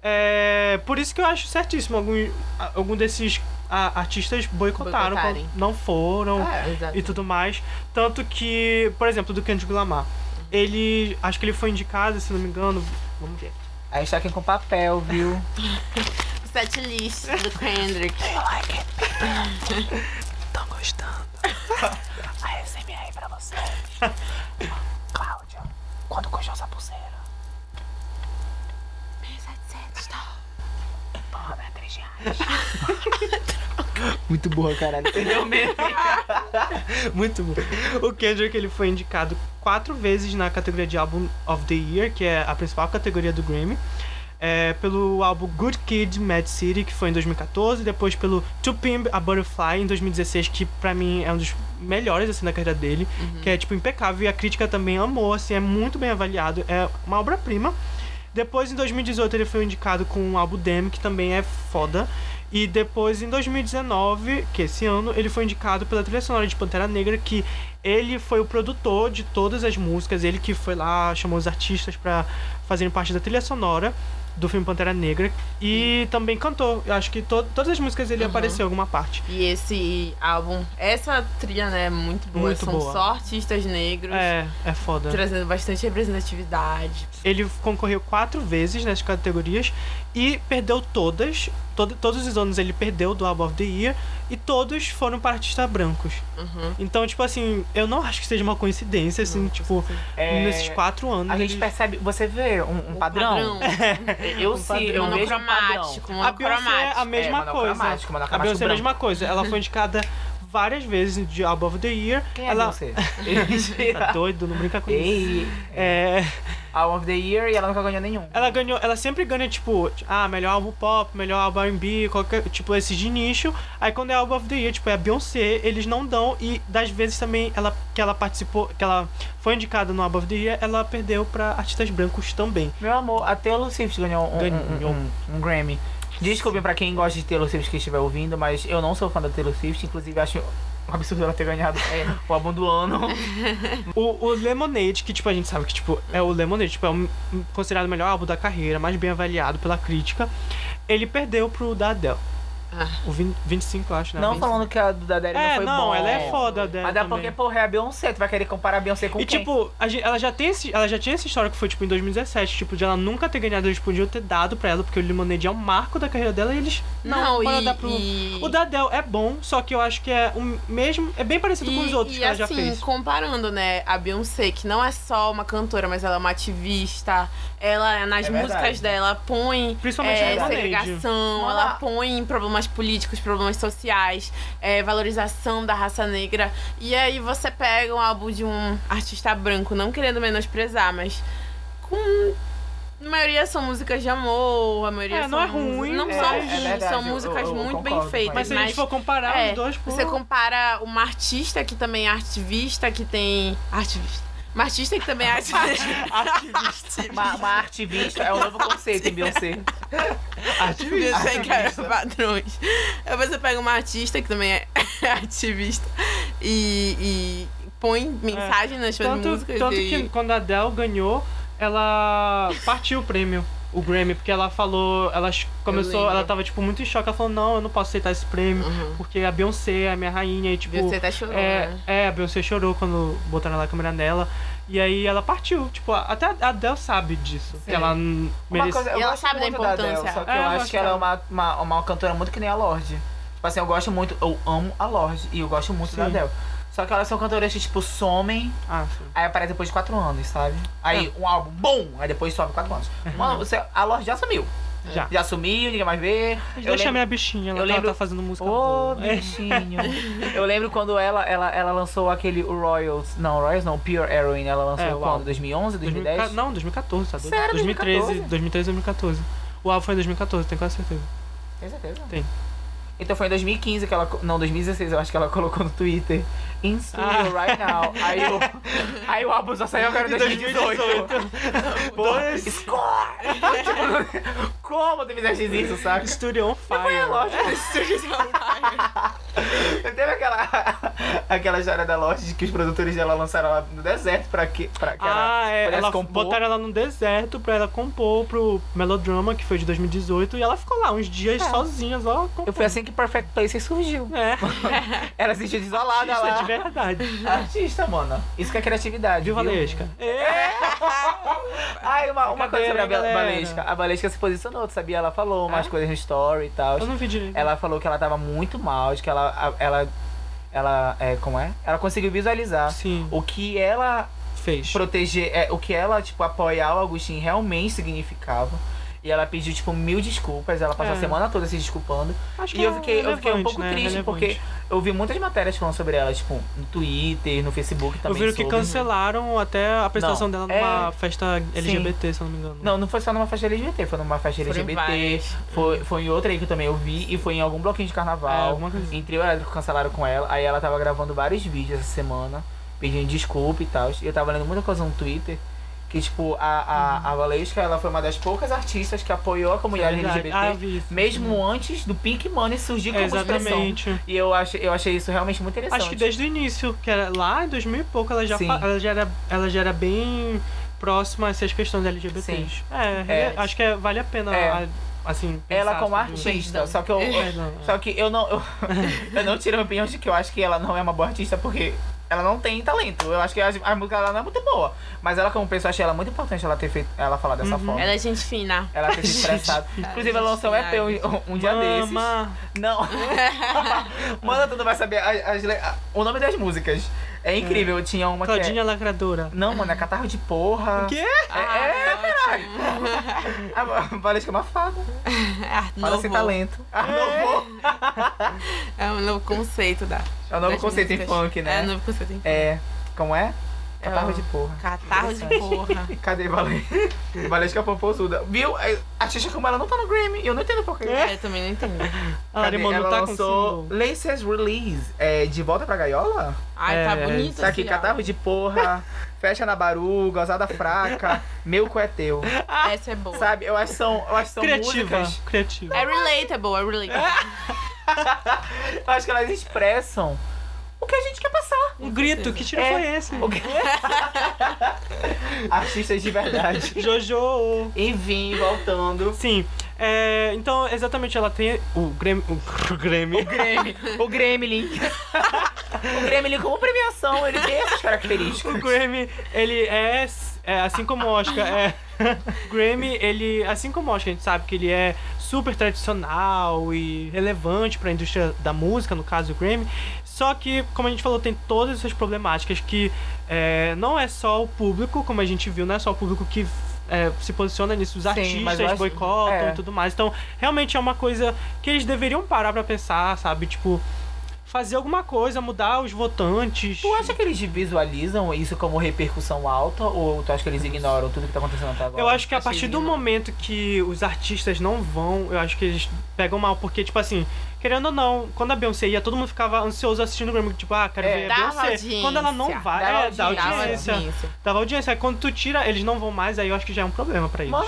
é, É, por isso que eu acho certíssimo algum, algum desses a- artistas boicotaram,
Boicotarem.
quando não foram
É,
Exato.
e tudo mais. Tanto que, por exemplo, do Kendrick Lamar, ele, acho que ele foi indicado, se não me engano, vamos ver. (laughs)
A gente tá aqui com papel, viu?
Set list do Kendrick.
Estão gostando.
A SMR aí pra (laughs) você. Cláudio, quando coxou essa pulseira?
É, tá.
Porra, né? Três reais.
Muito burra, caralho.
(laughs)
Entendeu mesmo?
Muito bom. O Kendrick ele foi indicado quatro vezes na categoria de Album of the Year, que é a principal categoria do Grammy. É, pelo álbum Good Kid, Mad City, que foi em 2014, depois pelo To Pimp a Butterfly em 2016, que pra mim é um dos melhores assim da carreira dele, que é tipo impecável e a crítica também amou, assim, é muito bem avaliado, é uma obra-prima. Depois em 2018 ele foi indicado com o álbum Damn, que também é foda. E depois em 2019, que é esse ano, ele foi indicado pela trilha sonora de Pantera Negra, que ele foi o produtor de todas as músicas, ele que foi lá, chamou os artistas pra fazerem parte da trilha sonora do filme Pantera Negra e também cantou. Eu acho que to- todas as músicas ele
Uhum.
apareceu em alguma parte.
E esse álbum, essa trilha, né, é muito boa.
Muito
São
boa.
só artistas negros,
É, é foda.
trazendo bastante representatividade.
Ele concorreu quatro vezes nas categorias e perdeu todas. Todo- todos os anos ele perdeu do Album of the Year e todos foram para artistas brancos.
Uhum.
Então, tipo assim, eu não acho que seja uma coincidência, assim, tipo,
É,
nesses quatro anos.
A gente
eles-
percebe, você vê um, um padrão? Eu
Um
sim,
padrão.
eu vejo um padrão.
monocromático,
A Beyoncé é a
monocromático.
mesma coisa.
monocromático, monocromático
a Beyoncé é a
um branco.
mesma coisa. Ela foi indicada várias vezes de Album of the Year.
Quem é
ela (laughs)
você?
tá doido, não brinca com isso.
Ei,
É,
All of the Year e ela nunca ganhou nenhum.
ela ganhou, ela sempre ganha tipo, ah, melhor álbum pop, melhor álbum R&B, qualquer, tipo esses de nicho. Aí quando é Album of the Year, tipo, é a Beyoncé, eles não dão e das vezes também ela que ela participou, que ela foi indicada no Album of the Year, ela perdeu pra artistas brancos também.
Meu amor, até o Swift ganhou um,
Ganhou.
um- um- um Grammy. Desculpe pra quem gosta de Taylor Swift que estiver ouvindo, mas eu não sou fã da Taylor Swift, inclusive acho um absurdo ela ter ganhado é, o álbum
(laughs)
do ano.
O, o Lemonade, que tipo, a gente sabe que tipo, é o Lemonade, tipo, é o m- considerado o melhor álbum da carreira, mais bem avaliado pela crítica. Ele perdeu pro da Adele.
Ah.
O 20, 25, eu acho, né?
Não
25.
falando que a do da Daddy não
É,
foi
não,
bom.
ela é foda, a Adele.
Mas é
também.
porque, porra, é a Beyoncé, tu vai querer comparar a Beyoncé com
E
quem?
tipo, a gente- ela já tem esse, ela já tinha essa história que foi tipo em 2017, tipo, de ela nunca ter ganhado, eles podiam ter dado pra ela, porque o Lemonade é um marco da carreira dela e eles não,
Não,
bora
e,
dar pro-
e-
O da Adele é bom, só que eu acho que é o mesmo, é bem parecido com os
e-
outros
e
que ela já
assim,
fez.
comparando, né, a Beyoncé, que não é só uma cantora, mas ela é uma ativista, ela, nas
É
músicas
verdade.
dela, põe
Principalmente
é,
no Lemonade.
segregação,
Mona-
ela põe problemas políticos, problemas sociais, é, valorização da raça negra. E aí você pega um álbum de um artista branco, não querendo menosprezar, mas com. A maioria são músicas de amor, a maioria
É,
são
não é ruim,
Não
é,
são
é
ruins,
verdade,
são
eu-
músicas
eu
muito
concordo
bem
com
feitas.
Mas se a gente for comparar
é,
os dois, pô,
você compara uma artista que também é ativista, que tem. Ativista. Uma artista que também
(laughs)
é ativista.
ativista,
Uma, uma ativista é um novo conceito em
(laughs)
Beyoncé.
ativista.
Sem cara, padrões. Aí você pega uma artista que também é (laughs) ativista e, e põe mensagem nas suas
É. Tanto,
músicas.
tanto
e...
que quando a Adele ganhou, ela partiu o prêmio. O Grammy, porque ela falou, ela ch- começou,
lembro.
ela tava tipo muito em choque, ela falou: "Não, eu não posso aceitar esse prêmio,
Uhum.
porque a Beyoncé é a minha rainha e tipo,
Você tá chorando.
É,
(laughs) né?
é, a Beyoncé chorou quando botaram lá a câmera nela. E aí ela partiu. Tipo, a- até a Adele sabe disso. Que ela hum, merece.
eu
E ela
gosto
sabe da
muito
importância.
só que
É,
eu
eu
acho
gosto
que ela é
dela.
uma, uma, uma cantora muito que nem a Lorde. Tipo assim, eu gosto muito, eu amo a Lorde e eu gosto muito da
Sim.
Adele. Só que elas são cantoras que, tipo, somem,
Ah, sim.
aí aparece depois de quatro anos, sabe? Aí
É.
um álbum, bom, aí depois sobe quatro anos. Mano, você, a Lorde já sumiu.
Uhum. Já.
Já sumiu, ninguém mais vê.
Mas
Eu
deixa
lembro-
minha bichinha, ela,
eu
ela
lembro-
tá fazendo música.
Ô,
boa. É.
bichinho.
(laughs)
Eu lembro quando ela, ela, ela lançou aquele Royals. Não, Royals não, Pure Heroine. Ela lançou
É, o
quando?
álbum.
2011, 2010?
2010? Não, 2014, tá doido?
Sério,
2013,
2014?
2013, 2014. O álbum foi em 2014, tenho quase
(laughs)
certeza.
Tem certeza?
Tem.
Então foi em 2015 que ela. co- Não, 2016 eu acho que ela colocou no Twitter. In studio
Ah.
right now. Aí
(laughs)
o, aí o álbum só saiu agora em 2018. Pô, score!
(laughs)
Tipo, Como tu fizeste isso, saca?
Studio on
Foi a
Fire.
lógica. Teve aquela, (laughs) aquela história da loja de que os produtores dela lançaram ela no deserto pra que, pra que
Ah,
ela
é,
pudesse
ela
compor.
botaram ela no deserto pra ela compor pro melodrama, que foi de 2018, e ela ficou lá uns dias sozinha, só
É. Eu
compondo.
fui assim que Perfect Place surgiu.
(laughs) É, (laughs)
Ela se sentiu desolada
isso é de
lá.
verdade.
Artista, mano. Isso que é criatividade.
Viu,
viu?
Valesca? É,
Ai, uma, uma coisa sobre a
Brincadeira,
Ba-
galera.
Valesca. A Valesca se posicionou, tu sabia? Ela falou umas
É?
coisas no story e tal.
eu não vi direito.
Ela falou que ela tava muito mal, de que ela. a- Ela. Ela. É, como é? Ela conseguiu visualizar
Sim,
o que ela
fez.
proteger. É, o que ela, tipo, apoiar o Agostinho realmente significava. E ela pediu, tipo, mil desculpas. Ela passou
É.
a semana toda se desculpando.
Acho
E eu fiquei, eu fiquei um
relevante,
pouco
né?
triste,
Relevante.
porque eu vi muitas matérias falando sobre ela, tipo, no Twitter, no Facebook
Eu
também.
vi que
sobre. é-
cancelaram até a apresentação dela numa festa LGBT, se eu não me engano.
Não, não foi só numa faixa LGBT, foi numa faixa
Foram
LGBT,
várias.
foi, foi em outra aí que eu também ouvi, e foi em algum bloquinho de
É,
carnaval.
alguma coisa.
Entrei o elétrico, cancelaram com ela, aí ela tava gravando vários vídeos essa semana, pedindo desculpa e tal. E eu tava lendo muita coisa no Twitter, que tipo, a, a, a Valesca, ela foi uma das poucas artistas que apoiou a
É
comunidade
verdade.
LGBT,
Ah, vi isso.
mesmo antes do Pink Money surgir como expressão.
Exatamente.
E eu achei, eu achei isso realmente muito interessante.
Acho que desde o início, que era lá em 2000 e pouco, ela já,
Sim.
fa- ela já, era, ela já era bem próxima a essas questões LGBTs. É,
É.
acho que é- vale a pena,
É.
a- assim,
Ela
pensar
como
sobre-
artista,
Perdão.
só que eu...
Perdão, é.
Só que eu não. Eu, (laughs) eu não tiro a minha opinião de que eu acho que ela não é uma boa artista porque ela não tem talento. Eu acho que a, a música dela não é muito boa. Mas ela, como pessoa, achei ela muito importante ela ter feito ela falar dessa
Uhum.
forma.
Ela é gente fina.
Ela ter se
(laughs)
expressado. Inclusive, ela lançou um EP um, um dia desses.
Mama.
(laughs)
Não. Manda, tu não vai saber as- as le- a- o nome das músicas. É incrível. Tinha uma
Claudinha Lacradora.
que é... Não, mano, é catarro de porra.
O quê?
É, é,
tá ótimo.
(laughs) a Valesca é uma fada.
Ah,
Fala sem
novo.
talento. Ah, novo.
É um novo conceito da.
É o novo
das
conceito em
músicas.
funk, né?
É, novo conceito em funk.
É. Como é?
É
Catarro
o-
de porra.
Catarro de
Interessante.
porra.
(laughs) Cadê Valesca? Valesca Popozuda. é Viu? A Xuxa como ela não tá no Grammy. Eu não entendo porquê.
É, eu também não entendo.
A Larimona
tá ela
tá com
lançou
single.
Laces Release. É, de volta pra gaiola?
Ai,
É,
tá bonito
Tá aqui,
assim, ó.
catarro de
(laughs)
porra. Fecha na baru, gozada fraca. Meu cu é teu.
Essa é boa.
Sabe? Eu acho que são, eu acho que são
Criativa,
músicas.
criativa.
É relatable, é relatable.
Eu acho que elas expressam o que a gente quer passar.
Um grito, que tiro
É.
foi esse?
O que- (laughs) Artistas de verdade.
(laughs) Jojo.
Enfim, voltando.
Sim, é, então exatamente ela tem o Grêmio. O Grêmio.
Grêmio. O Gremlin. (laughs) o Gremlin como premiação, ele tem essas características.
O Grammy, ele é, é, assim como o Oscar, é. (laughs) Grammy, ele, assim como o Oscar, a gente sabe que ele é super tradicional e relevante pra indústria da música, no caso o Grammy. Só que, como a gente falou, tem todas essas problemáticas que é, não é só o público, como a gente viu, não é só o público que é, se posiciona nisso, os
mas eu
artistas
acho-
boicotam
é.
e tudo mais. Então, realmente é uma coisa que eles deveriam parar pra pensar, sabe? Tipo, fazer alguma coisa, mudar os votantes.
Tu acha que eles visualizam isso como repercussão alta ou tu acha que eles ignoram tudo que tá acontecendo até agora?
Eu acho que a
Achei
partir do
lindo.
momento que os artistas não vão, eu acho que eles pegam mal, porque, tipo assim, querendo ou não, quando a Beyoncé ia, todo mundo ficava ansioso assistindo o Grammy, tipo, ah, quero
É,
ver a
dava
Beyoncé.
audiência,
Quando ela não vai,
dava
é, dá
audiência.
audiência.
Dava
Dava audiência.
audiência.
Aí quando tu tira, eles não vão mais, aí eu acho que já é um problema pra eles.
Mano,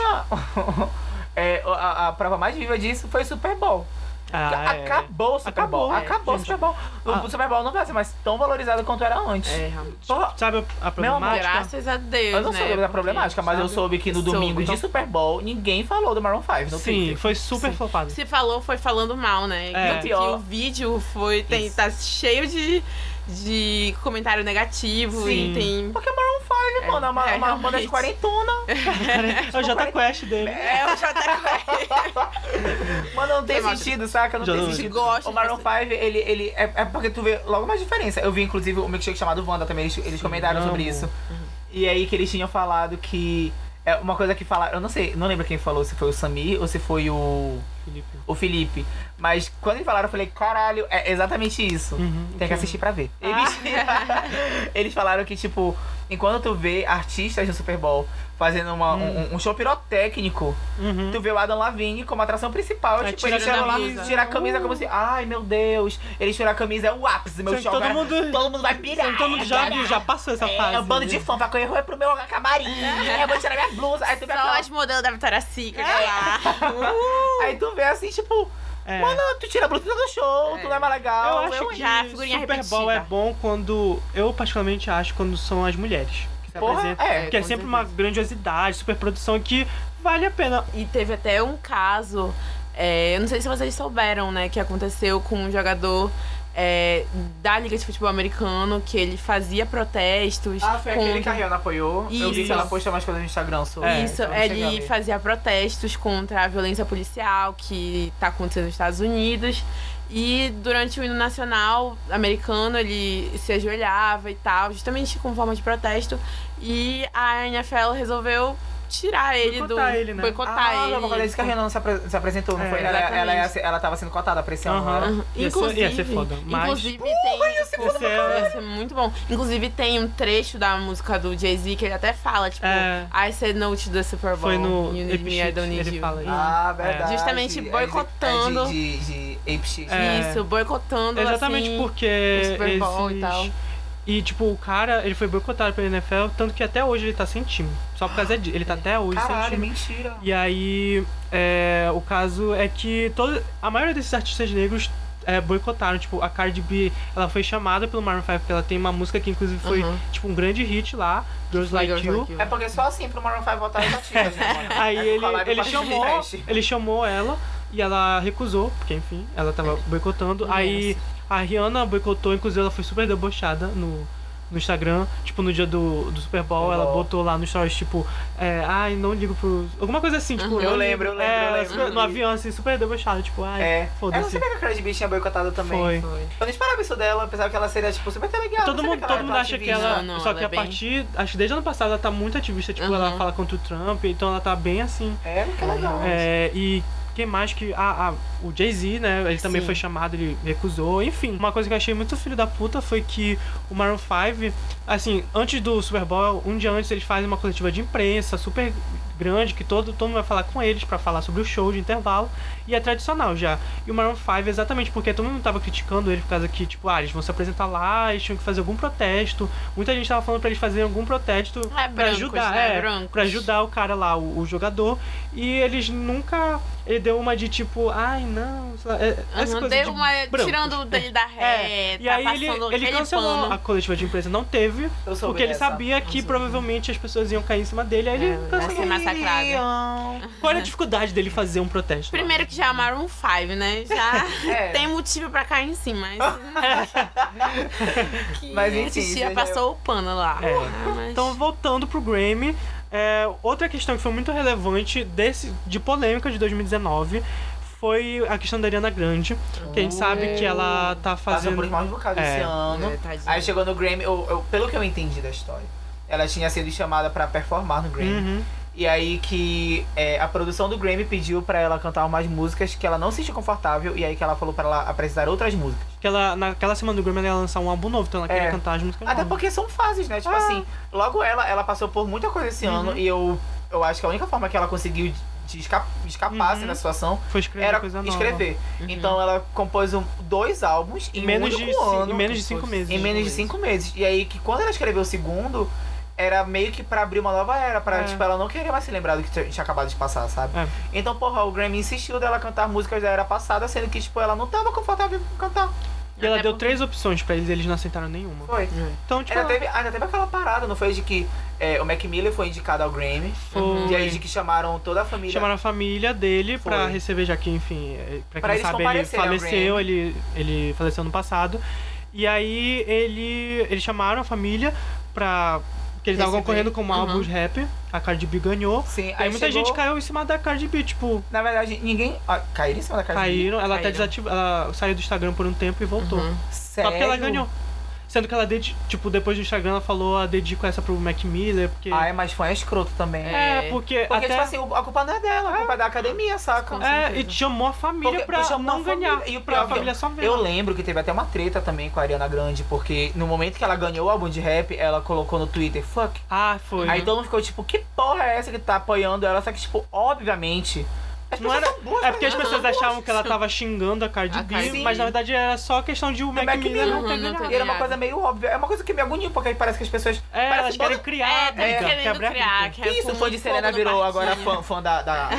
(laughs) é, a, a prova mais viva disso foi o Super Bowl.
Ah, é.
Acabou o Super
Acabou,
Bowl.
é,
Acabou o
gente.
Super Bowl. O
Ah.
Super Bowl não vai ser mais tão valorizado quanto era antes.
É, realmente.
Porra,
Sabe a- a problemática?
Graças a Deus,
eu não
né?
soube da
Porque-
problemática, mas eu
sabe?
soube que no
Soube,
domingo
então-
de Super Bowl ninguém falou do Maroon 5 no
Sim,
Twitter.
foi super flopado.
Se falou, foi falando mal, né?
É.
E o
Pior.
pior. o vídeo foi. Tem,
Isso.
tá cheio de, de comentário negativo
Sim.
e tem.
Porque Maroon 5, mano, é uma,
é,
uma banda de
realmente.
quarentona.
É o Jota Quest dele.
É, eu já até
(laughs) Mano, não tem
Tem uma-
sentido, saca? Não
Já
tem
não-
sentido.
Gosto
O Maroon
de
5, ele, ele é, é porque tu vê logo mais diferença. Eu vi, inclusive, o milkshake chamado Wanda também, eles, eles comentaram
amo.
sobre isso. E aí que eles tinham falado que. É uma coisa que falaram. Eu não sei, não lembro quem falou, se foi o Samir ou se foi o,
Felipe.
o Felipe. Mas quando eles falaram, eu falei, caralho, é exatamente isso.
Uhum,
Tem que assistir pra ver. Eles, eles (laughs) falaram que, tipo, enquanto tu vê artistas no Super Bowl fazendo uma- um, um show pirotécnico,
Uhum.
Tu vê o Adam Lavigne como atração principal.
É,
tipo,
tira
ele
a
chega lá,
camisa.
tira a camisa como se. Ai, meu Deus. Ele tira a camisa, é o ápice, meu
Sim,
show.
todo
cara.
mundo-
todo mundo vai pirar.
Todo mundo já viu, já passou essa fase.
É um bando de
né?
fã, vai correr é pro meu camarim. É, eu vou tirar minha blusa. Aí tu vê
Só
aquela...
as modelos da Vitória Secret, olha lá.
Aí tu vê assim, tipo.
É.
Mano, tu tira a blusa do show, tu não é mais legal.
eu acho
eu
que
já, figurinha
Super Bowl
repetida.
é bom quando. Eu particularmente acho quando são as mulheres que se
Porra,
apresentam.
é,
Porque é
com
sempre
certeza.
uma grandiosidade, super produção que vale a pena.
E teve até um caso, é, eu não sei se vocês souberam, né, que aconteceu com um jogador é, da Liga de Futebol Americano, que ele fazia protestos.
Ah, foi aquele
contra-
que a Rihanna apoiou. Eu vi que
Isso.
ela posta mais coisas no Instagram sobre.
É.
Isso, é,
então eu cheguei a
ele
ver.
fazia protestos contra a violência policial que tá acontecendo nos Estados Unidos. E durante o hino nacional americano, ele se ajoelhava e tal, justamente com forma de protesto. E a NFL resolveu tirar ele
Boicotar
do.
ele, tipo. né?
Boicotar
Ah,
ele.
não, por causa disso que a Rihanna não se, apre- se apresentou, não
É,
foi? Ela, ela, ela,
exatamente.
ela tava sendo cotada pra esse ano.
Aham.
né?
Aham.
Ia ser-
Inclusive,
ia ser foda, mas-
inclusive tem.
Você
Ia
é,
ser muito bom. Inclusive tem um trecho da música do Jay-Z que ele até fala, tipo,
É.
I said no to the Super Bowl.
foi no
You need me, I
Epichat,
don't need
ele
you.
fala isso.
Ah, verdade.
Justamente
É de-
boicotando.
é De, de, de ape shit.
É.
Isso, boicotando
Exatamente
assim,
porque.
o Super Bowl
esses-
e tal.
E, tipo, o cara, ele foi boicotado pela NFL, tanto que até hoje ele tá sem time. Só por causa disso. Ele tá até hoje sem
Caralho,
time.
mentira.
E aí, é, o caso é que todo, a maioria desses artistas negros é, boicotaram. Tipo, a Cardi B, ela foi chamada pelo Maroon 5, porque ela tem uma música que, inclusive, foi,
Aham.
tipo, um grande hit lá, Girls Like
Girls
You.
Like
É porque só assim pro Maroon 5 voltar às ativas, né, mano?
Aí
(laughs) É
ele,
com a live
ele
com a gente
chamou,
investe.
ele chamou ela e ela recusou, porque enfim, ela
É.
tava boicotando. Aí a Rihanna boicotou, inclusive ela foi super debochada no, no Instagram, tipo no dia do, do Super Bowl,
Super
ela
Bowl.
botou lá no stories, tipo, é, ai, não ligo pro. Alguma coisa assim, tipo,
Uhum.
não
Eu
ligo-
lembro, eu lembro,
é,
eu
ela
lembro.
super- no avião, assim, super debochada, tipo, (laughs) ai,
É. Eu não
foda-se.
sabia que a Cardi B tinha boicotado também.
Foi.
Foi.
Eu não esperava isso dela, eu pensava que ela seria, tipo, super legal.
Todo mundo,
é
todo mundo acha que ela.
Não, não,
só
ela
que
é
a
bem-
partir. Acho que desde ano passado ela tá muito ativista. Tipo, ela
Uhum.
fala contra o Trump, então ela tá bem assim.
É, que legal.
É, e quem mais que. Ah, ah, o Jay-Z, né? Ele também
Sim.
foi chamado, ele recusou. Enfim, uma coisa que eu achei muito filho da puta foi que o Maroon 5, assim, antes do Super Bowl, um dia antes eles fazem uma coletiva de imprensa super grande, que todo, todo mundo vai falar com eles pra falar sobre o show de intervalo. E é tradicional já. E o Maroon 5, exatamente porque todo mundo tava criticando ele por causa que, tipo, ah, eles vão se apresentar lá, eles tinham que fazer algum protesto. Muita gente tava falando pra eles fazerem algum protesto
É,
pra
brancos,
ajudar,
né?
é,
Brancos.
pra ajudar o cara lá, o, o jogador. E eles nunca. Ele deu uma de tipo, ai não, sei lá, é- essa
Aham,
coisa
Ah, deu
de
uma.
brancos.
Tirando dele da
É,
reta,
e aí ele,
passando
ele cancelou
pano.
a coletiva de imprensa, não teve,
Eu soube
porque ele
dessa.
sabia que
soube.
provavelmente as pessoas iam cair em cima dele, aí ele
É, vai
cancelou.
ser massacrado.
Qual era a dificuldade dele fazer um protesto? lá?
Primeiro que já amaram um five, né? Já
(laughs)
É.
tem motivo pra cair em cima.
(laughs)
Mas, que
Mas,
mas
enfim,
tia
seja-
passou o pano lá.
É.
Ah, mas-
Então, voltando pro Grammy, é, outra questão que foi muito relevante desse, de polêmica de 2019 foi a questão da Ariana Grande, que a gente sabe que ela tá
Passou por
fazendo.
maus bocados
É.
esse ano.
É, tadinha.
Aí chegou no Grammy, eu- eu- pelo que eu entendi da história, ela tinha sido chamada pra performar no Grammy.
Uhum.
E aí que é, a produção do Grammy pediu pra ela cantar umas músicas que ela não se sentiu confortável. E aí que ela falou pra ela apresentar outras músicas.
que ela, naquela semana do Grammy ela ia lançar um álbum novo, então ela
É.
queria cantar as músicas
Até
novas.
porque são fases, né? Tipo
Ah. Uhum.
assim, logo ela, ela passou por muita coisa esse ano e eu, eu acho que a única forma que ela conseguiu de esca- escapar assim,
Uhum.
da situação
Foi escrever
era
coisa nova.
escrever. Então ela compôs um- dois álbuns em,
Em menos,
um
de,
único
ci-
ano,
em menos de cinco
Em
meses.
em menos de cinco meses. E aí que quando ela escreveu o segundo, era meio que pra abrir uma nova era, pra
É.
tipo, ela não queria mais se lembrar do que tinha tinha acabado de passar, sabe?
É.
Então, porra, o Grammy insistiu dela cantar músicas da era passada, sendo que, tipo, ela não tava confortável com cantar.
E ela
Até
deu
porque-
três opções pra eles e eles não aceitaram nenhuma.
Foi.
Então, tipo,
Ainda
ela
teve, ainda teve aquela parada, não foi? De que é, o Mac Miller foi indicado ao Grammy.
foi-
E aí de que chamaram toda a família.
chamaram a família dele pra
Foi.
receber, já que, enfim, é, pra quem
Pra
não
eles
sabe, ele
comparecerem ao
faleceu, ele, ele faleceu no passado. E aí ele, eles chamaram a família pra. Porque eles estavam
Receber.
concorrendo com um
Aham.
álbum de rap, a Cardi B ganhou.
Sim,
Aí muita
Uhum. chegou-
gente caiu em cima da Cardi B, tipo,
Na verdade, ninguém. Ah, caíram em cima da Cardi B?
caíram, ela até
Caíram.
desativou, ela saiu do Instagram por um tempo e voltou.
Uhum.
Só
Sério?
porque ela ganhou. Sendo que ela, dedi- tipo, depois do Instagram, ela falou, ah, dedico essa pro Mac Miller, porque...
Ah, é, mas fã é escroto também.
é, porque,
Porque,
até...
tipo assim, o- a culpa não é dela, a culpa é da academia, saca?
Com
é,
certeza.
e chamou a família
Porque
pra
chamou
não
a família.
ganhar.
E o
pra
pior
a
que
família só ver.
Eu lembro que teve até uma treta também com a Ariana Grande, porque no momento que ela ganhou o álbum de rap, ela colocou no Twitter, fuck.
Ah, foi.
Aí todo mundo ficou tipo, que porra é essa que tá apoiando ela? Só que, tipo, obviamente, as as
Não
pessoas
era...
são boas,
É porque as
né?
pessoas achavam que ela tava xingando a Cardi
A
B,
Cardi-
mas na verdade era só questão de o Mac,
Mac
Miller não ter
Miller não
ganhado.
ter
E era uma coisa meio óbvia. É uma coisa que me agonia, porque parece que as pessoas.
É,
parece
elas querem criar,
É, tá
briga,
querendo
quebrar
criar.
briga.
quer
isso,
com
fã de
muito
Selena
fogo no
virou
parquinho.
agora fã, fã da. da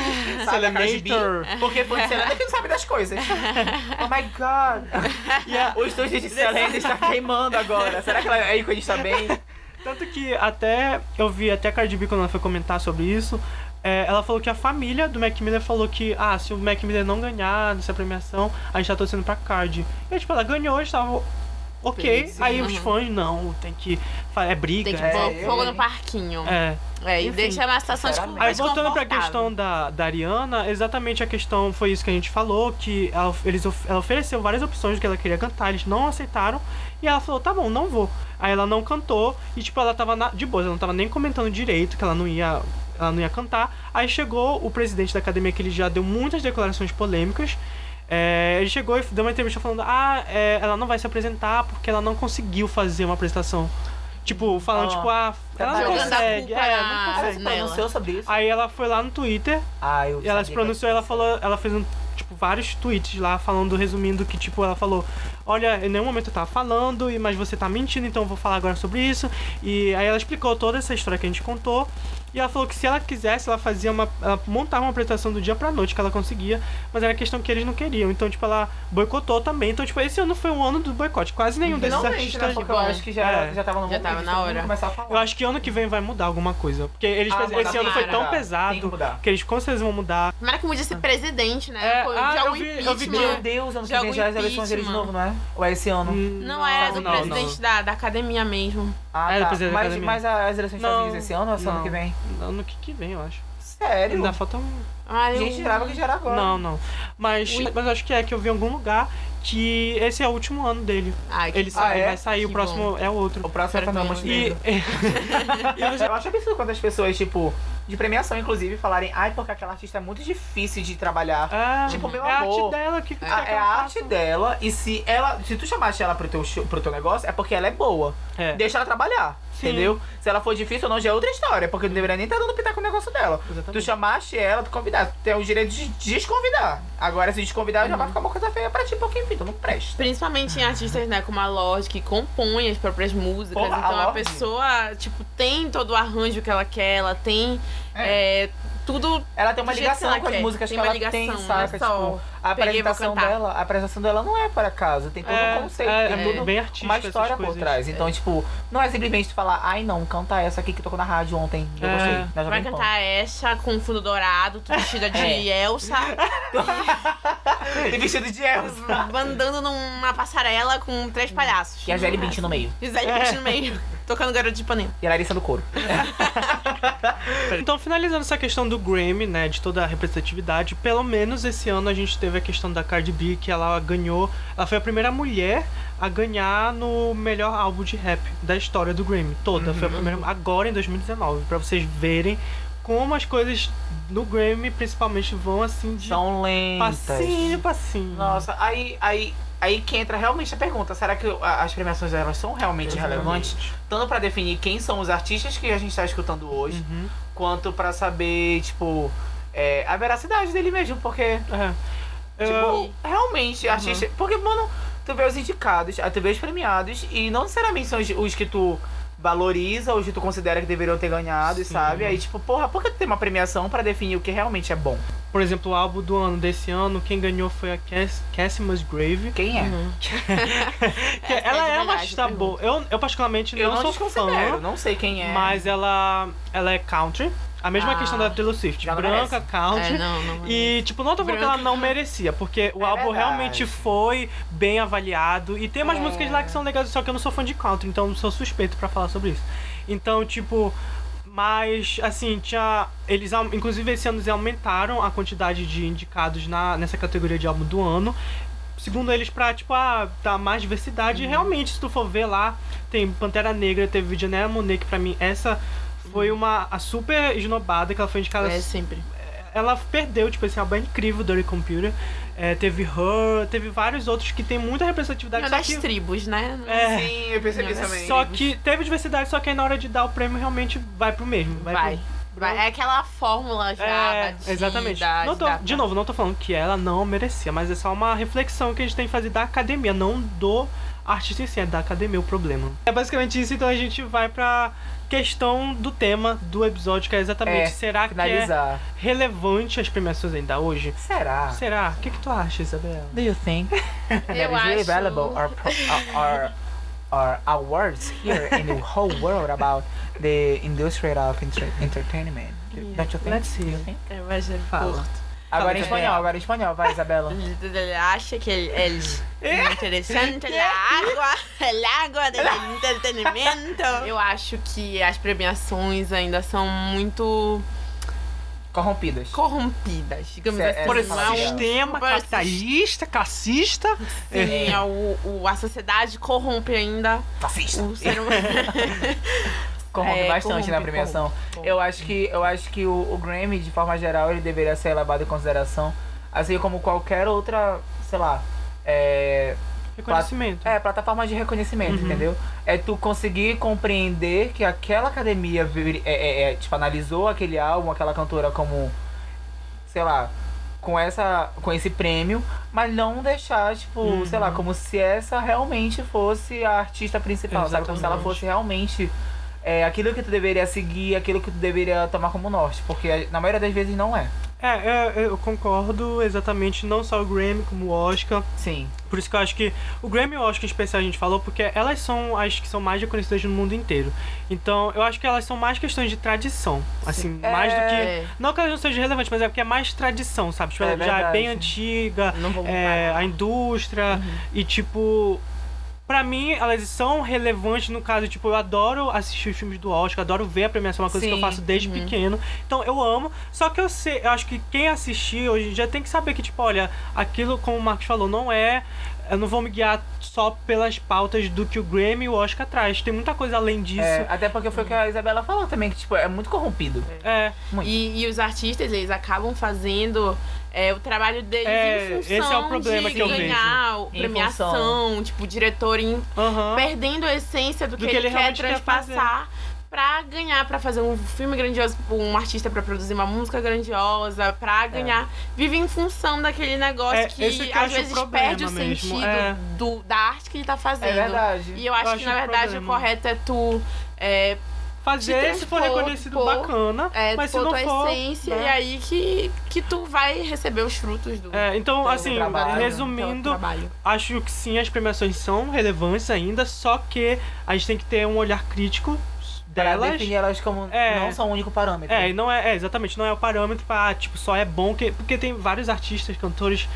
sabe, da Cardi B?
Selenator.
Porque fã de Selena é que não sabe das
(laughs)
coisas. Oh my god.
E a-
O estúdio de Selena está queimando agora. Será que ela é ícone está bem?
Tanto que até eu vi até a Cardi B quando ela foi comentar sobre isso. é, ela falou que a família do Mac Miller falou que, ah, se o Mac Miller não ganhar nessa premiação, a gente tá torcendo pra Cardi. E tipo, ela ganhou, estava ok.
Feliz,
Aí
uhum.
os fãs, não, tem que. fa- É briga.
Tem que
é-
pôr
eu-
fogo no parquinho.
é.
É, e
Enfim.
deixa tipo, uma situação de
Aí
Mas
voltando pra questão da, da Ariana, exatamente a questão foi isso que a gente falou, que ela, eles, of- ela ofereceu várias opções do que ela queria cantar, eles não aceitaram, e ela falou, tá bom, não vou. Aí ela não cantou, e tipo, ela tava na- de boa, ela não tava nem comentando direito que ela não ia. Ela não ia cantar. Aí chegou o presidente da academia, que ele já deu muitas declarações polêmicas. É, ele chegou e deu uma entrevista falando: Ah, é, ela não vai se apresentar porque ela não conseguiu fazer uma apresentação. Tipo, falando,
Ó,
tipo, ah, ela não
jogando a
consegue.
culpa
É,
na-
não
Ela
consegue.
se
Nela.
pronunciou sobre isso.
Aí ela foi lá no Twitter,
Ah, eu
e ela se
sabia
pronunciou,
que-
ela falou, ela fez um tipo vários tweets lá falando, resumindo que tipo ela falou, olha, em nenhum momento eu tava falando, e mas você tá mentindo, então eu vou falar agora sobre isso. E aí ela explicou toda essa história que a gente contou. E ela falou que se ela quisesse, ela fazia uma. Ela montava uma apresentação do dia pra noite que ela conseguia, mas era questão que eles não queriam. Então, tipo, ela boicotou também. Então, tipo, esse ano foi um ano do boicote. Quase nenhum desses
Finalmente, né?
artistas.
Porque eu acho que já,
É.
já tava no
Já
momento
tava
de
na
todo mundo
hora.
começar a falar.
Eu acho que ano que vem vai mudar alguma coisa. Porque eles
Ah,
fez-
mudar,
esse ano foi tão
tomara.
Tem que
pesado
mudar.
que eles com certeza vão mudar.
Tomara é que mude esse presidente, né?
Ah. É,
Pô,
ah,
já
eu
o
vi- eu
impeachment.
vi que-
Meu Deus, ano que
Joga
vem
o
já as eleições dele de novo,
impeachment.
não é? Ou é esse ano?
Hum.
Não, é do
não,
presidente Da, da academia mesmo.
Ah,
É,
tá.
do presidente da
Mas,
academia.
mas as eleições
Não,
dos Estados Unidos esse ano ou é só ano
não.
que vem?
Não, no que que vem, eu acho.
Sério?
Ainda falta um.
Ah,
A
eu-
gente gerava o que gerar agora.
Não, não. Mas, mas eu acho que é que eu vi em algum lugar que esse é o último ano dele.
Ai, que
Ele
Ah,
sai-
é?
vai sair, o
Que
próximo é o outro.
O próximo é
Espero que
Fernando
não.
E,
Montenegro.
e você-
Eu acho absurdo quando as pessoas, tipo, de premiação, inclusive, falarem, ai, porque aquela artista é muito difícil de trabalhar.
(laughs) é,
Tipo, meu
é a arte
amor.
dela que que
A-
que
é a
ela
arte dela, e se ela. Se tu chamaste ela pro teu, show- pro teu negócio, é porque ela é boa.
faz? É.
Deixa ela trabalhar.
Sim.
Entendeu? Se ela for difícil ou não, já é outra história, porque tu não deveria nem estar dando pitaco no negócio dela. Tu
Exatamente.
chamaste ela, tu convidaste. Tu tem o direito de desconvidar. Agora, se desconvidar,
Uhum.
já vai ficar uma coisa feia pra ti, porque enfim, tu não presta.
Principalmente em artistas, né, como a Lorde, que compõe as próprias músicas.
Porra, a
então a,
Lorde.
pessoa, tipo, tem todo o arranjo que ela quer, ela tem é, tudo.
Ela tem uma
Do jeito que
ligação
ela
com as
quer.
músicas
Tem
que
uma
ela tem,
ligação,
saca?
não é só
Tipo, a
peguei e vou
apresentação
cantar.
dela, a apresentação dela não é por acaso, tem todo um conceito,
é,
tem
é
tudo
bem artístico
uma história
essas
por
coisas.
trás. Então, tipo, não é simplesmente tu falar, ai não, canta essa aqui que tocou na rádio ontem. Eu
É.
gostei. Na
Vai
Jovem Pan."
cantar essa com fundo dourado, tu vestida (laughs) de Elsa,
(laughs) E vestido de Elsa.
andando numa passarela com três palhaços.
E a Gisele Bündchen no meio.
Gisele Bündchen no (laughs) meio, tocando garoto de panema.
E a Larissa do couro.
Então, finalizando essa questão do Grammy, né, de toda a representatividade, pelo menos esse ano a gente teve a questão da Cardi B, que ela ganhou, ela foi a primeira mulher a ganhar no melhor álbum de rap da história do Grammy, toda,
Uhum.
foi a primeira, agora em 2019, pra vocês verem como as coisas no Grammy, principalmente, vão assim de
São lentas.
passinho, passinho.
Nossa, aí, aí, aí que entra realmente a pergunta: será que a- as premiações elas são
Uhum.
realmente relevantes? Tanto pra definir quem são os artistas que a gente tá escutando hoje,
Uhum.
quanto pra saber, tipo, é, a veracidade dele mesmo, porque,
É. Eu-
tipo, realmente,
Uhum.
artista. Porque, mano, tu vê os indicados, aí tu vê os premiados, e não necessariamente são os, os que tu valoriza, os que tu considera que deveriam ter ganhado,
Sim.
sabe? Aí, tipo, porra, por que tu tem uma premiação pra definir o que realmente é bom?
por exemplo, o álbum do ano desse ano, quem ganhou foi a Cass, Cassimus Grave,
Quem é?
Que
Essa
ela
é de
é, uma
verdade,
artista
pergunta.
boa. Eu, eu particularmente
Eu não,
sou
desconsidero,
é fã,
não sei quem é.
mas ela, ela é country. A mesma
Ah,
questão da Taylor Swift.
já não
Branca,
É,
country.
não, não.
E, tipo, não tô falando que
Branca.
ela não merecia, porque o
É
álbum
verdade.
realmente foi bem avaliado. E tem umas
É.
músicas lá que são legais, só que eu não sou fã de country, então não sou suspeito pra falar sobre isso. Então, tipo. Mas, assim, tinha. Eles, au- inclusive, esse ano eles aumentaram a quantidade de indicados na, nessa categoria de álbum do ano. Segundo eles, pra, tipo, ah, dar mais
Uhum.
diversidade. E realmente, se tu for ver lá, tem Pantera Negra, teve Janela Monet, que pra mim essa
Uhum.
foi uma a super esnobada, que ela foi indicada
É sempre.
ela perdeu, tipo, esse álbum é incrível, Dirty Computer. É, teve Her, teve vários outros que tem muita representatividade.
Uma
Só
das
que,
tribos, né?
é,
Sim, eu percebi
Não,
isso também. né?
só que teve diversidade, só que aí na hora de dar o prêmio realmente vai pro mesmo. Vai.
Vai.
pro-
Vai, É aquela fórmula já tá.
É,
da Di-
exatamente.
da-
Não tô-
da-
de novo, não tô falando que ela não merecia, mas é só uma reflexão que a gente tem que fazer da academia, não do artista em si, é da academia o problema. É basicamente isso, então a gente vai pra questão do tema do episódio, que é exatamente
É,
será que é
Finalizar.
relevante as premiações ainda hoje?
Será?
Será? O que, que tu acha, Isabela?
Do you think?
Eu
That is
acho.
available are, pro- are, are awards here in the whole world about the industry of entre- entertainment. Don't you think?
Let's see.
Eu acho
Fala.
curto.
Agora em
Isabela.
espanhol, agora em espanhol, vai, Isabela.
Ele acha que ele, ele é (laughs) interessante, ele é água, ele é água (laughs) do entretenimento. Eu acho que as premiações ainda são muito
Corrompidas.
corrompidas, digamos
Cê-
assim.
é,
Por
essa
esse
palavra.
Não é um
sistema
super
capitalista, classista,
Sim, é, o, o- a sociedade corrompe ainda
Fascista.
o ser humano.
Corrompe
É,
bastante
corrompe,
na premiação.
corrompe.
Eu acho que, eu acho que o, o Grammy, de forma geral, ele deveria ser levado em consideração, assim como qualquer outra, sei lá, é,
reconhecimento.
É, plataforma de reconhecimento, entendeu? É tu conseguir compreender que aquela academia vir- é, é, é, tipo, analisou aquele álbum, aquela cantora como, sei lá, com essa. com esse prêmio, mas não deixar, tipo,
Uhum.
sei lá, como se essa realmente fosse a artista principal, sabe? Como se ela
Exatamente.
fosse realmente. é, aquilo que tu deveria seguir, aquilo que tu deveria tomar como norte, porque na maioria das vezes não é.
É, é, eu concordo exatamente, não só o Grammy, como o Oscar.
Sim.
Por isso que eu acho que o Grammy e o Oscar em especial a gente falou, porque elas são as que são mais reconhecidas no mundo inteiro. Então, eu acho que elas são mais questões de tradição. Assim, mais do que.
(laughs) É,
Não que elas não sejam relevantes, mas é porque é mais tradição, sabe? Tipo,
É
ela já é
verdade.
bem antiga,
não vou
é, a indústria e tipo. Pra mim, elas são relevantes no caso, tipo, eu adoro assistir os filmes do Oscar, adoro ver a premiação, é uma coisa que eu
Sim,
faço desde pequeno. Então eu amo. Só que eu sei, eu acho que quem assistir hoje em dia tem que saber que, tipo, olha, aquilo, como o Marcos falou, não é. Eu não vou me guiar só pelas pautas do que o Grammy e o Oscar traz. Tem muita coisa além disso.
É,
É.
até porque foi o que a Isabela falou também, que tipo, é muito corrompido.
É,
E, e os artistas, eles acabam fazendo é, o trabalho deles
É,
em função
esse é o problema
de
que eu vejo.
ganhar o-
Em
premiação, tipo, o diretor em-
aham.
perdendo a essência do,
Do que ele
quer
realmente quer
transpassar pra ganhar, pra fazer um filme grandioso, um artista pra produzir uma música grandiosa, pra ganhar. Vive em função daquele negócio
É,
que,
esse que eu
às
acho o
vezes
problema
perde o
mesmo,
sentido
é.
do, da arte que ele tá fazendo.
É verdade.
E eu acho,
Eu
que,
acho
na
um
verdade, o
problema.
correto é tu é,
Fazer se for
transpor,
reconhecido
pôr,
bacana,
é,
mas se
pôr
não
tua
for.
essência
né?
e aí que, que tu vai receber os frutos do
É, então,
Pelo
assim,
trabalho,
teu
resumindo,
trabalho.
acho que sim, as premiações são relevantes ainda, só que a gente tem que ter um olhar crítico
Pra
delas.
definir elas como
É.
não são o único parâmetro.
É, e não é, é, exatamente, não é o parâmetro pra, ah, tipo, só é bom, que, porque tem vários artistas, cantores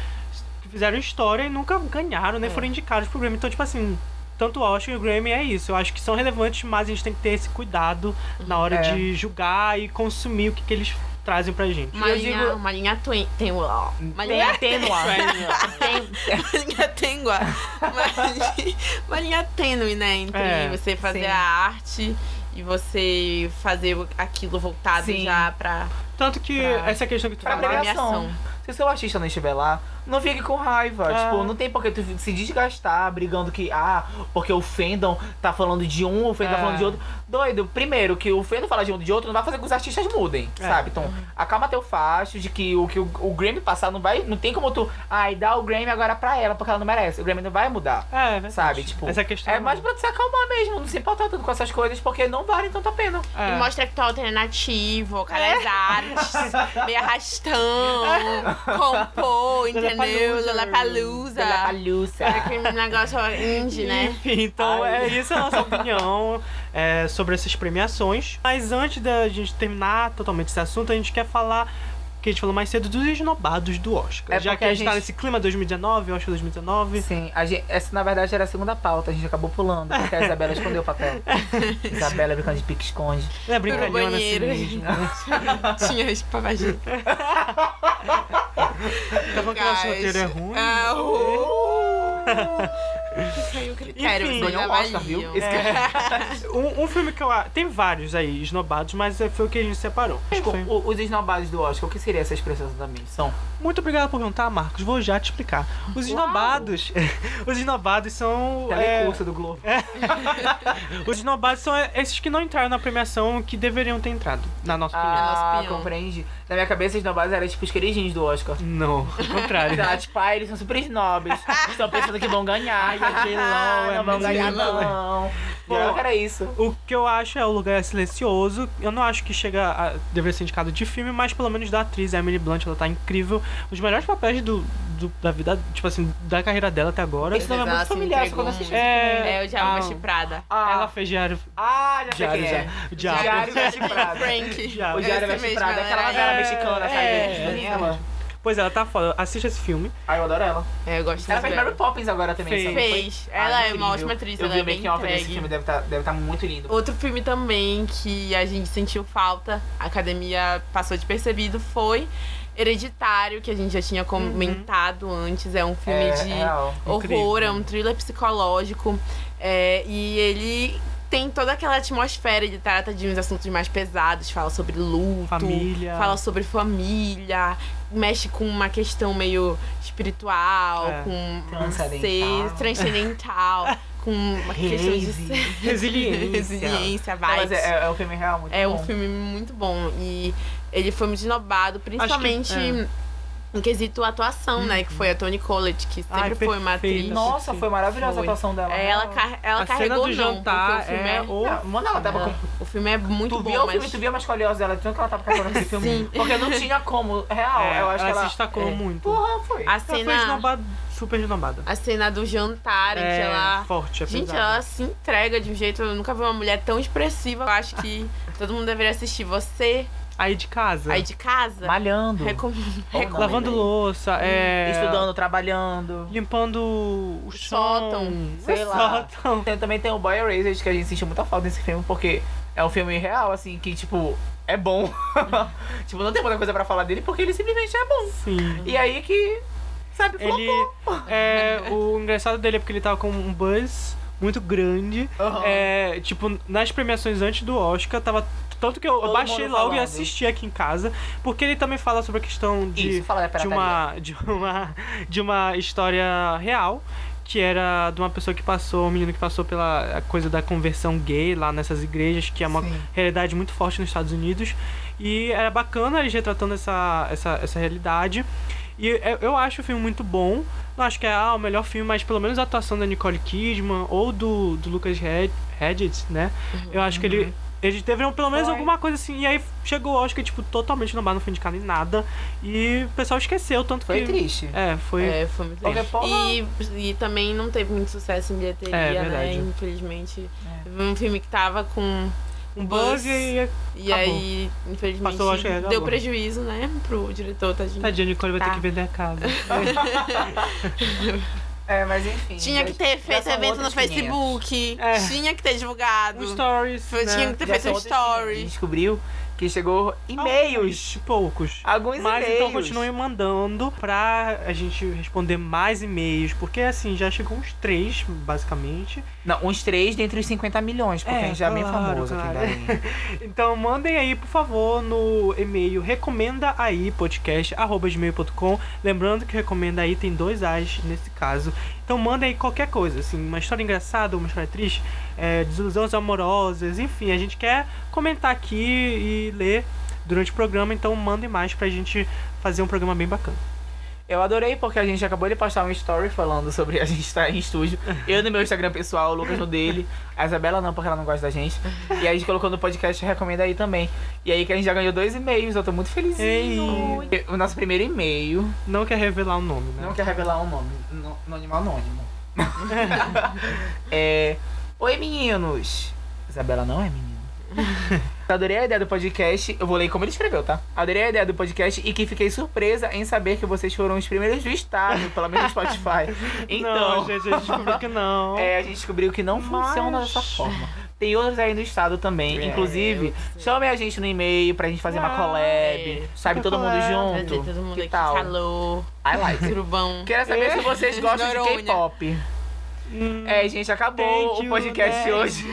que fizeram história e nunca ganharam,
É.
nem foram indicados pro Grammy. Então, tipo assim, tanto o Oscar e o Grammy é isso. Eu acho que são relevantes, mas a gente tem que ter esse cuidado na hora
É.
de julgar e consumir o que, que eles trazem pra gente.
Uma
Eu
linha,
digo-
uma linha tuen- tem ó, uma
Tem a
linha
tênua. (laughs)
uma linha tênue, uma, li- uma linha tênue, né, entre
É,
você fazer
sim.
a arte e você fazer o- aquilo voltado
Sim.
já pra,
Tanto que
Pra-
essa questão que tu
pra
pra
falou.
premiação.
premiação.
Se o seu artista não estiver lá, não fique com raiva.
É.
Tipo, não tem por que tu se desgastar brigando que, ah, porque o Fendon tá falando de um, o Fendon
É.
tá falando de outro. Doido, primeiro, que o Fendon falar de um de outro não vai fazer com que os artistas mudem,
É.
sabe? Então, acalma teu facho de que o que o, o Grammy passar não vai. Não tem como tu, ai, dá o Grammy agora pra ela, porque ela não merece. O Grammy não vai mudar.
É, verdade.
Sabe, tipo,
Essa questão
É mais pra tu se acalmar mesmo, não se importar tanto com essas coisas, porque não vale tanto a pena.
é.
E mostra que tu é alternativo, cara é das
É.
artes, meio arrastão, compor, entendeu?
Lollapalooza.
Lollapalooza.
é Palhuça.
Aquele negócio indie,
(laughs)
né?
Enfim, (laughs) então
Ai.
é isso é a nossa opinião é, sobre essas premiações. Mas antes da gente terminar totalmente esse assunto, a gente quer falar que a gente falou mais cedo dos esnobados do Oscar.
É
Já que
porque
a
a
gente, tá
gente-
nesse clima 2019, Oscar 2019.
Sim, a gente- essa na verdade era a segunda pauta, a gente acabou pulando, porque a Isabela escondeu o
(laughs)
papel. Isabela brincando de pique-esconde.
Não é brincalhona assim
banheiro.
mesmo.
(laughs)
Tinha as papageiras.
É
Tá falando que o nosso roteiro é ruim.
Ah, uh. Que foi o critério.
Enfim,
vocês
Ganhou um Oscar, viu?
avaliam.
Esse cara-
Um, um filme que eu. a- Tem vários aí, esnobados, mas é- foi o que a gente separou. Acho que
Tipo,
foi.
o- os esnobados do Oscar, o que seria essas princesas da menção?
Muito obrigado por perguntar, Marcos. Vou já te explicar. Os esnobados. (laughs) os esnobados são. é,
Telecurso do Globo.
os esnobados são esses que não entraram na premiação que deveriam ter entrado, na nossa opinião.
Ah,
Ah,
nosso peão.
compreende. Na minha cabeça, os esnobados eram tipo os queridinhos do Oscar.
Não, ao contrário.
(laughs)
Sei
Tá.
lá, tipo, ah, eles são super snobs. Estão pensando que vão ganhar. E aquele
Ah,
não, não vão
mas
ganhar,
não.
não.
Bom,
Bom, era isso.
O que eu acho é o lugar é silencioso. Eu não acho que chega a deveria ser indicado de filme, mas pelo menos da atriz, a Emily Blunt, ela tá incrível. Os melhores papéis do, do- da vida, tipo assim, da carreira dela até agora.
Esse nome é
Ela
muito
se
familiar, só
entregou
quando eu assisti.
É,
É, o Diabo
ah,
ah, Chiprada.
Ah,
Ela fez diário.
ah, já sei
Diário,
quem é.
Diário. Diário.
Veste Prada.
Frank.
Diário.
O Diário
Esse
Veste
mesmo, é,
Prada,
ela
aquela
era-
novela mexicana, sabe?
é,
Tem
é.
ela.
Pois é, ela tá foda. Assiste esse filme.
Ah, eu adoro ela.
É, eu gosto
Ela fez
dela.
Mary Poppins agora também,
Fez.
sabe?
Fez.
Foi-
Ela
Ah,
é uma
incrível.
ótima atriz,
Eu
ela
vi
é
o
bem
making off desse
entregue.
filme, deve estar deve tá muito lindo.
Outro filme também que a gente sentiu falta, a academia passou despercebido, foi Hereditário, que a gente já tinha comentado antes. É um filme
Uhum. É,
de
real.
horror,
Incrível.
é um thriller psicológico. é, e ele tem toda aquela atmosfera, ele trata de uns assuntos mais pesados, fala sobre luto,
Família.
fala sobre família, mexe com uma questão meio espiritual,
É.
com
Transcendental.
ser
(laughs)
transcendental, com uma questão de
Rave.
ser-
Resiliência.
resiliência,
Não, mas
vibes.
é, é um filme real, muito
É
bom.
um filme muito bom e ele foi muito esnobado, principalmente
é.
em quesito atuação, né? Que foi a Toni Collett, que sempre
Ai,
foi uma atriz.
perfeita.
Nossa, foi maravilhosa
Foi.
a atuação dela.
É, Ela, car- ela
a cena
carregou
do
não,
jantar
porque o filme
é
é,
o-
Não, mano, ela tava com...
o filme é muito
Tu
bom,
viu o
mas É,
filme, tu viu a mascoliose dela, tanto que ela tava cagando nesse filme.
Sim.
Porque não tinha como,
(laughs)
real.
É,
eu acho
ela
que
se
ela...
destacou
é.
muito.
Porra, foi.
a
Ela foi
cena,
esnobada, super esnobada.
a cena do jantar em que ela
forte, é
Gente,
pesada.
ela se entrega de um jeito, eu nunca vi uma mulher tão expressiva. Eu acho
(laughs)
que todo mundo deveria assistir você
Aí de casa,
aí de casa.
Malhando.
Recom...
Ou não,
lavando
(laughs)
né?
louça, é...
Estudando, trabalhando.
limpando o chão,
Sótão,
sei
o
lá.
sótão.
Tem- também tem o Boy Erased, que a gente sentiu muita falta nesse filme, porque é um filme real, assim, que, tipo, é bom. (laughs) tipo, não tem muita coisa pra falar dele, porque ele simplesmente é bom.
Sim.
E aí que, sabe, flopou.
Ele é o engraçado dele é porque ele tava com um buzz muito grande.
Aham.
É, tipo, nas premiações antes do Oscar, tava tanto que eu
Todo
baixei
mundo
logo e
falando.
assisti aqui em casa, porque ele também fala sobre a questão de
Isso, fala da
de
pirataria.
uma de uma de uma história real que era de uma pessoa que passou, um menino que passou pela coisa da conversão gay lá nessas igrejas, que é uma
Sim.
realidade muito forte nos Estados Unidos. E era bacana eles retratando essa, essa, essa realidade. E eu, eu acho o filme muito bom. Não acho que é ah, o melhor filme, mas pelo menos a atuação da Nicole Kidman ou do, do Lucas Red- Hedges, né? Eu acho que ele. Eles deveriam pelo menos
Uhum. Foi.
alguma coisa assim. E aí chegou, acho que, tipo, totalmente no bar, não foi indicado em nada. E o pessoal esqueceu, tanto
Foi
que.
triste.
É, foi.
É, foi muito
Porque, porra,
E, e também não teve muito sucesso em bilheteria,
É,
né?
verdade. É.
Infelizmente. Um filme que tava com.
um buzz
buzz.
e
E
Acabou.
aí, infelizmente,
Passou, acho que é, acabou.
deu prejuízo, né? Pro diretor, tadinho.
tadinha, a Nicole vai ter
Tá.
que vender a casa.
(laughs) É, mas enfim.
Tinha
já-
que ter
já
feito
são
evento no
outros 500.
Facebook.
É.
Tinha que ter divulgado.
Um stories.
Foi-
né?
Tinha que ter
Já
feito
são
um
outros 500. A gente
story.
descobriu que chegou e-mails.
Poucos.
Alguns
Mas
e-mails.
então continuem mandando pra a gente responder mais e-mails, porque assim, já chegou uns três, basicamente.
Não, uns três dentre os 50 milhões, porque
É,
a gente já é bem
claro,
famoso
claro.
aqui em Belém.
Então mandem aí, por favor, no e-mail recomenda aí podcast@gmail.com, lembrando que recomenda aí tem dois as nesse caso. Então mandem aí qualquer coisa, assim, uma história engraçada, uma história triste, é, desilusões amorosas, enfim, a gente quer comentar aqui e ler durante o programa, então mandem mais pra gente fazer um programa bem bacana.
Eu adorei porque a gente acabou de postar um story falando sobre a gente estar em estúdio. Eu no meu Instagram pessoal, o Lucas no dele. A Isabela não, porque ela não gosta da gente. E aí a gente colocou no podcast Recomenda aí também. E aí que a gente já ganhou dois e-mails, eu tô muito felizinho. O nosso primeiro e-mail.
Não quer revelar o nome, né?
Não quer revelar o nome. No- Anônimo anônimo. (laughs) é. Oi, meninos. Isabela não é (laughs) menino. Adorei a ideia do podcast. Eu vou ler como ele escreveu, tá? Adorei a ideia do podcast e que fiquei surpresa em saber que vocês foram os primeiros do estado, pelo menos no (laughs) Spotify. Então,
Não, gente, a gente descobriu que não.
(laughs) é, a gente descobriu que não funciona
Mas-
dessa forma. Tem outros aí no estado também.
É,
Inclusive, chame a gente no e-mail pra gente fazer uma
Uai.
collab. Sabe, todo mundo
collab.
Trazer
junto.
todo mundo
que
aqui,
tal?
calor,
(laughs) I like.
surubão.
Quero saber se vocês gostam de
Noronha.
K-pop.
Hum,
É, gente, acabou
Entendi,
o podcast
né? (laughs)
hoje.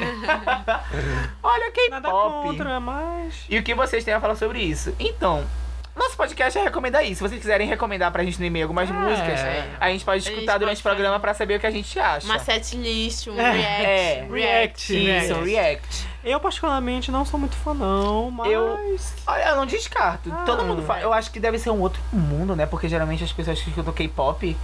Olha quem
Nada
pop.
contra, mas.
E o que vocês têm a falar sobre isso? Então, nosso podcast é recomendar isso. Se vocês quiserem recomendar pra gente no e-mail algumas
É.
músicas, a gente pode
gente
escutar durante
pode
o programa pra saber o que a gente acha.
Uma setlist, um
É.
react.
É.
React,
Isso,
né?
react.
Eu, particularmente, não sou muito fã, não, mas.
Eu- Olha, eu não descarto.
Ah.
Todo mundo fala. Eu acho que deve ser um outro mundo, né? Porque geralmente as pessoas que escutam K-pop,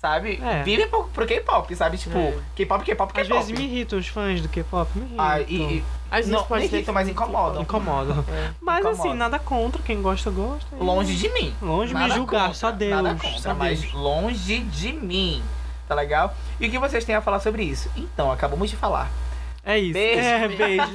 sabe?
É.
Vivem pro, pro K-pop, sabe? Tipo,
É.
K-pop, K-pop, K-pop.
Às vezes me irritam os fãs do K-pop, me irritam.
Ah, e, e,
A gente
não,
pode
nem
ter
irritam, mas (laughs) incomodam.
Incomodam.
É,
Mas assim,
incomodam.
nada contra, quem gosta, gosta. e-
Longe de mim.
Longe de me
Nada
julgar,
contra,
só Deus.
Nada contra,
só
mas
Deus.
longe de mim. Tá legal? E o que vocês têm a falar sobre isso? Então, acabamos de falar.
É isso.
Beijo.
É,
(laughs)
beijos.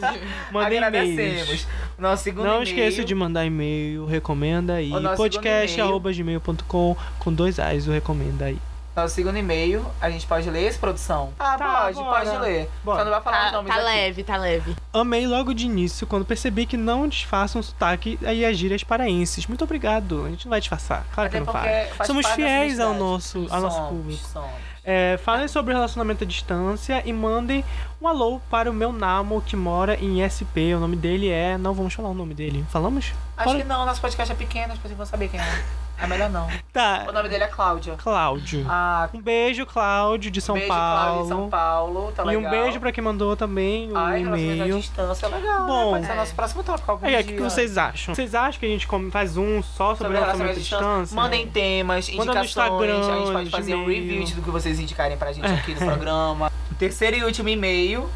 Mandem
Agradecemos.
e-mails.
Nosso segundo
Não
e-mail.
esqueça de mandar e-mail, recomenda aí.
O nosso segundo e-mail.
podcast.gmail.com com dois A's, o recomenda aí.
Nosso segundo e-mail, a gente pode ler esse, produção? Ah,
Tá,
pode,
bora.
pode ler. Só
Bora.
não vai falar os
Tá,
nomes
tá
aqui.
leve, tá leve.
Amei logo de início quando percebi que não disfarçam o sotaque e as gírias paraenses. Muito obrigado. A gente não vai disfarçar. Claro
Até
que não
é porque
faz.
faz
Somos
parte da
fiéis ao
felicidade.
nosso, ao nosso
Somos,
público.
somos.
É, falem sobre relacionamento à distância e mandem um alô para o meu namo que mora em SP. O nome dele é. Não vamos falar o nome dele. Falamos?
Acho
Fala-
que não, nosso podcast é pequeno, as pessoas vão saber quem é. É
(laughs)
melhor não. O
Tá.
nome dele é Cláudia.
Cláudio.
Ah,
Um beijo, Cláudio, de São
beijo, Cláudia
Paulo.
de São Paulo. Tá
e
legal.
um beijo pra quem mandou também o
Ai, relacionamento à
e-mail.
distância é legal.
Bom.
né? Pode ser
É.
nosso próximo tópico. algum
Aí, o
dia.
que vocês acham? Vocês acham que a gente come- faz um só sobre,
sobre
relacionamento à distância?
Mandem temas,
Manda no
indicações. a gente
Instagram, É.
pode fazer um
Gmail.
review de do que vocês indicarem pra gente aqui no programa.
É.
O terceiro e último e-mail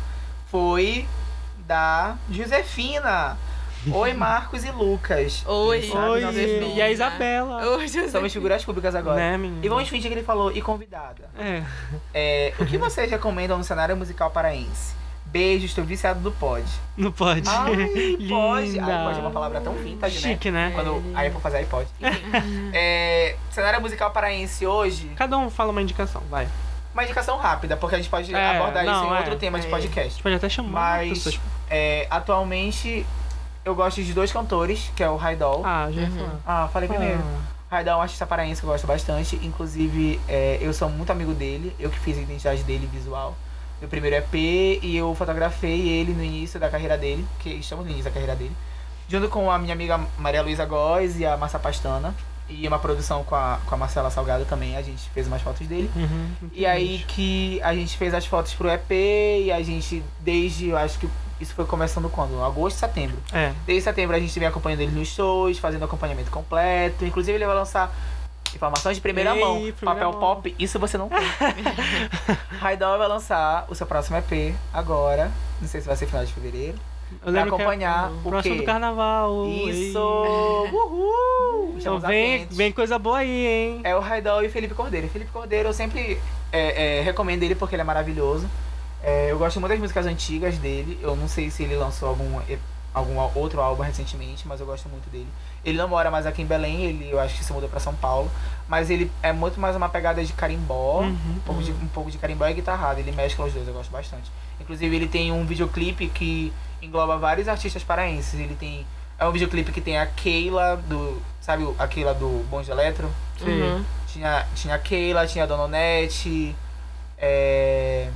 foi da Josefina.
(laughs)
Oi, Marcos e Lucas.
Oi.
Sabe,
Oi,
nossa
e a Isabela.
né? Oi, José.
Somos figuras públicas agora.
Né, menina?
né? E vamos fingir que ele falou, e convidada.
É.
É, o que vocês recomendam no cenário musical paraense? Beijo, estou viciado do
(laughs)
pod.
Não pode.
Ai,
Linda.
pod. Ai, pod é uma palavra tão vintage,
(laughs)
né?
Chique, né?
Quando aí eu vou fazer
(laughs)
iPod. Enfim. é, cenário musical paraense hoje,
Cada um fala uma indicação, vai. A
uma indicação rápida, porque a gente pode
É,
abordar isso
não,
em
é.
outro tema de
É.
gente
podcast.
pode até chamar
Mas-
pessoas.
É, atualmente, eu gosto de dois cantores, que é o Raidol. Ah,
Ah, já ia falar.
falei primeiro.
Ah,
Raidol é um artista paraense que eu gosto bastante. Inclusive, é, eu sou muito amigo dele. Eu que fiz a identidade dele visual. Meu primeiro EP e eu fotografei ele no início da carreira dele, que estamos no início da carreira dele. Junto com a minha amiga Maria Luísa Góes e a Massa Pastana. E uma produção com a, com a Marcela Salgado também. A gente fez umas fotos dele.
uhum,
E aí que a gente fez as fotos pro EP e a gente, desde, eu acho que isso foi começando quando? Agosto, setembro.
É.
Desde setembro a gente vem acompanhando ele nos shows, fazendo acompanhamento completo. Inclusive ele vai lançar informações de primeira
Ei,
mão,
primeira
papel
mão.
pop, isso você não tem.
(laughs)
Raidol vai lançar o seu próximo EP agora, não sei se vai ser final de fevereiro.
Eu
Vai
lembro que é
acompanhar
o
o
próximo do
quê?
carnaval.
Isso!
ei.
Uhul!
Então
Estamos
vem,
atentos.
vem coisa boa aí, hein?
É o Raidol e o Felipe Cordeiro. O Felipe Cordeiro eu sempre é, é, recomendo ele porque ele é maravilhoso. É, eu gosto muito das músicas antigas dele. Eu não sei se ele lançou algum, e- algum al- outro álbum recentemente, mas eu gosto muito dele. Ele não mora mais aqui em Belém, ele eu acho que se mudou pra São Paulo. Mas ele é muito mais uma pegada de carimbó.
Uhum.
Um pouco, de, um pouco de carimbó e guitarrada, ele mescla os dois, eu gosto bastante. Inclusive, ele tem um videoclipe que engloba vários artistas paraenses. Ele tem. É um videoclipe que tem a Keila do. Sabe o- a Keila do Bonde Eletro? Uhum.
Sim.
Uhum.
Tinha, tinha a Keila, tinha a Dona Onete, é,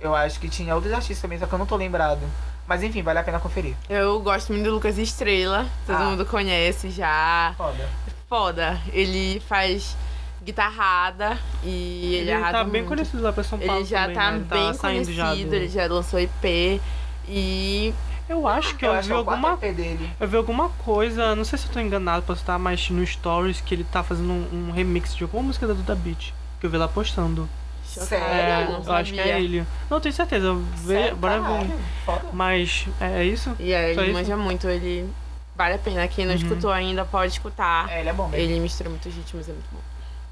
eu acho que tinha outros artistas também, só que eu não tô lembrado. Mas enfim, vale a pena conferir.
Eu gosto muito do Lucas Estrela, todo
Ah.
mundo conhece já.
Foda.
Foda. Ele faz guitarrada e ele,
Ele,
arrasa
tá bem
muito.
conhecido lá pra São Paulo.
Ele já
também,
tá
né?
bem
saindo
conhecido,
já do-
ele já lançou EP e
Eu acho que eu,
eu acho
vi
que é o quarto
alguma
EP dele.
Eu vi alguma coisa, não sei se eu tô enganado, posso estar, mas no Stories que ele tá fazendo um, um remix de alguma música da Duda Beat. Que eu vi lá postando.
Sério?
É,
Chocada, não
eu acho que é
sabia.
ele. Não, tenho certeza. Eu ve...
Sério,
Bora ver.
caralho, Foda.
Mas é isso?
E aí
Só
ele
isso?
manja muito, ele vale a pena. Quem não
Uhum.
escutou ainda pode escutar.
É, ele é bom mesmo.
Ele mistura muitos ritmos, é muito bom.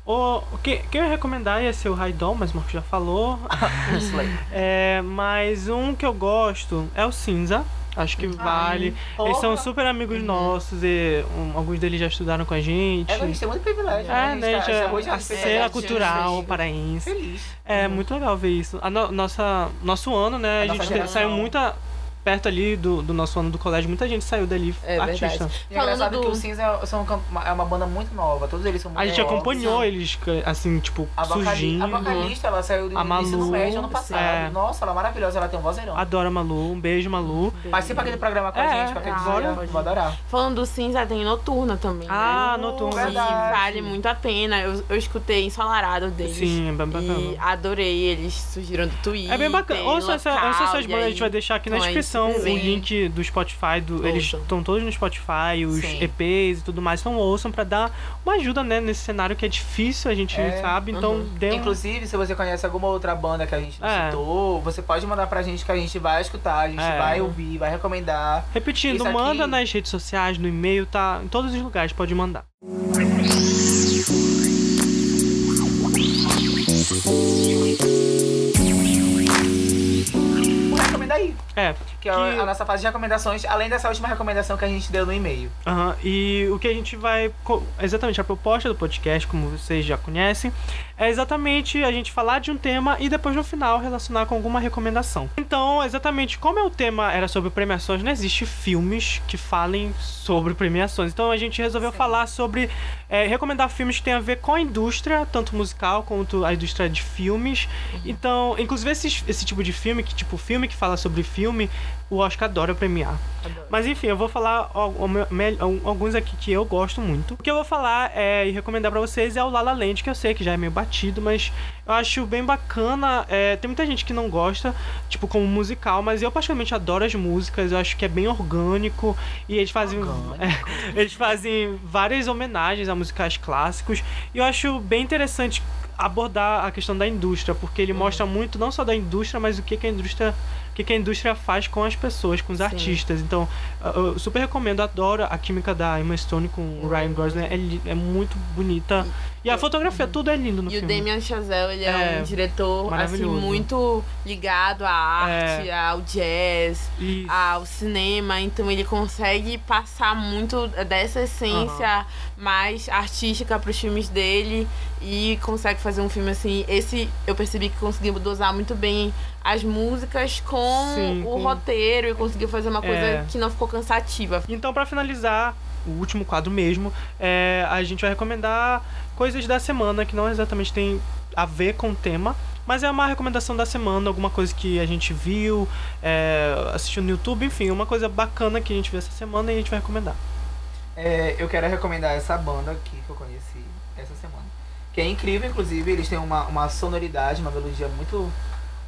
O, o que, que eu ia recomendar ia ser o Raidon, mas o Marco já
(laughs)
falou.
Slay.
É, mas um que eu gosto é o Cinza. Acho que vale. (laughs) Eles são
Porra. Uhum.
super amigos nossos e um, alguns deles já estudaram com a gente.
É, a gente tem muito privilégio.
É, né?
A gente tá- hoje
Já, a
gente tá-
cena
gente,
cultural
gente.
paraense.
feliz.
É muito legal ver isso. A no- nossa, nosso ano, né?
A
A,
nossa
gente te-
geração.
saiu muita perto ali do, do nosso ano do colégio, muita gente saiu dali
É
artista.
verdade.
E é
Falando
engraçado que
do...
o Cinza é- são uma- é uma banda muito nova, todos eles são muito
A gente
novos.
acompanhou eles, ca- assim, tipo,
É, A, vocali...
surgindo.
a vocalista, ela saiu do
A
do ensino
Malu,
médio ano passado.
é.
Nossa, ela é maravilhosa, ela tem um vozeirão.
Adoro a Malu, um beijo, Malu.
Participa aquele programa com a
É,
gente, qualquer
claro.
dia, vou adorar.
Falando do cinza, tem noturna também.
Ah,
né?
noturna.
Que
Verdade.
vale muito a pena. Eu, eu escutei ensolarado deles.
Sim, é bem bacana.
E adorei, eles surgiram do Twitter.
É bem bacana. Ouça, essa,
local,
ouça essas
e
bandas, a
aí-
gente vai deixar aqui na
então é
descrição
isso,
o
sim.
link do Spotify. Do, eles
Ouçam.
estão todos no Spotify, os
Sim.
EPs e tudo mais. Então ouçam pra dar uma ajuda, né, nesse cenário que é difícil, a gente
É,
sabe. Então,
uhum.
dê um-
Inclusive, se você conhece alguma outra banda que a gente não
É.
citou, você pode mandar pra gente que a gente vai escutar, a gente
É.
vai ouvir, vai recomendar.
Repetindo,
Isso aqui-
manda nas redes sociais, no e-mail, tá? Em todos os lugares pode mandar.
Recomenda aí,
É.
que é
Que-
a nossa fase de recomendações, além dessa última recomendação que a gente deu no e-mail.
Aham, E o que a gente vai. co- Exatamente, a proposta do podcast, como vocês já conhecem, é exatamente a gente falar de um tema e depois no final relacionar com alguma recomendação. Então, exatamente como é o tema era sobre premiações, não existe filmes que falem sobre premiações. Então a gente resolveu falar sobre. é, recomendar filmes que têm a ver com a indústria, tanto musical quanto a indústria de filmes. Então, inclusive esses- esse tipo de filme, que tipo filme que fala sobre filme, o Oscar adora premiar. Mas enfim, eu vou falar al- al- me- al- alguns aqui que eu gosto muito. O que eu vou falar é, e recomendar pra vocês é o Lala Land, que eu sei que já é meio batido, mas eu acho bem bacana. É, tem muita gente que não gosta, tipo, como musical, mas eu particularmente adoro as músicas, eu acho que é bem orgânico. E eles fazem.
Orgânico.
(laughs) É, eles fazem várias homenagens a musicais clássicos. E eu acho bem interessante abordar a questão da indústria, porque ele mostra muito não só da indústria, mas o que, que a indústria. O que, que a indústria faz com as pessoas, com os
Sim.
artistas. Então, eu eu super recomendo, adoro a química da Emma Stone com o Ryan Gosling. É, li- é muito bonita. E a fotografia, tudo é lindo no
E o
filme.
Damien Chazelle, ele é,
É,
um diretor, assim,
maravilhoso. É.
muito ligado à arte, ao jazz,
E-
ao cinema. Então ele consegue passar muito dessa essência mais artística pros filmes dele. E consegue fazer um filme, assim... Esse, eu percebi que conseguiu dosar muito bem as músicas com
Sim,
o
com-
roteiro. E conseguiu fazer uma coisa
É.
que não ficou cansativa.
Então, pra finalizar, o último quadro mesmo, é, a gente vai recomendar coisas da semana que não exatamente tem a ver com o tema, mas é uma recomendação da semana, alguma coisa que a gente viu, é, assistiu no YouTube, enfim, uma coisa bacana que a gente viu essa semana e a gente vai recomendar.
É, eu quero recomendar essa banda aqui que eu conheci essa semana. Que é incrível, inclusive, eles têm uma, uma sonoridade, uma melodia muito,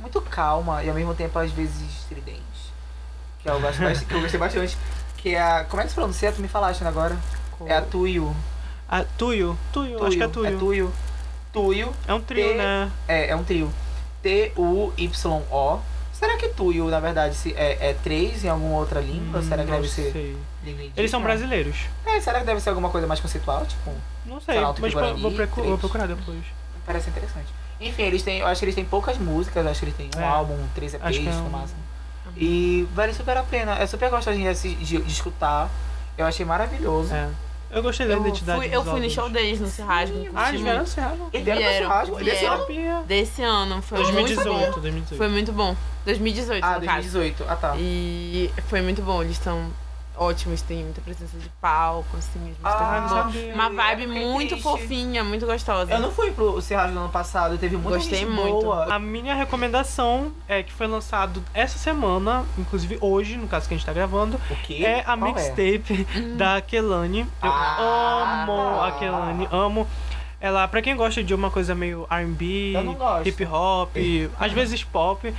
muito calma e ao mesmo tempo às vezes estridente. Que eu, gosto bastante, que eu gostei bastante. Que é a. Como é que se pronuncia? Tu me falaste né, agora? É a Tuyo.
Ah, Tuyo, Tuyo, acho que é Tuyo. É,
É Tuyo. Tuyo
um trio,
T-
né?
é, é um trio. T-U-Y-O. Será que Tuyo, na verdade, se é, é três em alguma outra língua? será que
Hum, Não
deve ser
sei.
língua indígena?
Eles são brasileiros.
É, será que deve ser alguma coisa mais conceitual? Tipo.
Não sei,
Sei lá, outro
mas
de
vou,
Guarani,
vou procu- vou
três.
procurar depois.
Parece interessante. Enfim, eles têm. Eu acho que eles têm poucas músicas, eu acho que eles têm um
É.
álbum, três EPs
Acho que é um-
no máximo. E vale super a pena. É super gostosinho de, assi- de, de escutar. Eu achei maravilhoso.
É. Eu gostei da
Eu
identidade
fui, eu
visual
fui no
deles.
show deles, no Cerrasco.
Ah,
curti
eles
muito.
vieram esse ano.
E deram pra
Vieram,
churrasco. Desse
vieram.
ano?
Sabia.
Desse ano. Foi muito
2018,
bom.
2018.
Foi muito bom. 2018,
Ah,
no caso.
2018. Ah, tá.
E foi muito bom. Eles estão ótimos, tem muita presença de palco, assim. Eles
Ah,
não
estão muito
sabia.
bom. Uma vibe
Eu fiquei
muito
triste.
fofinha, muito gostosa.
Eu não fui pro Cerrado no ano passado, teve muita
Gostei
gente
muito.
boa.
A minha recomendação é que foi lançado essa semana, inclusive hoje, no caso que a gente tá gravando,
O quê?
é a
Qual
mixtape da Kelani. Eu
Ah.
amo a Kelani, amo. Ela, pra quem gosta de uma coisa meio R&B,
Eu não gosto.
hip hop, às vezes pop,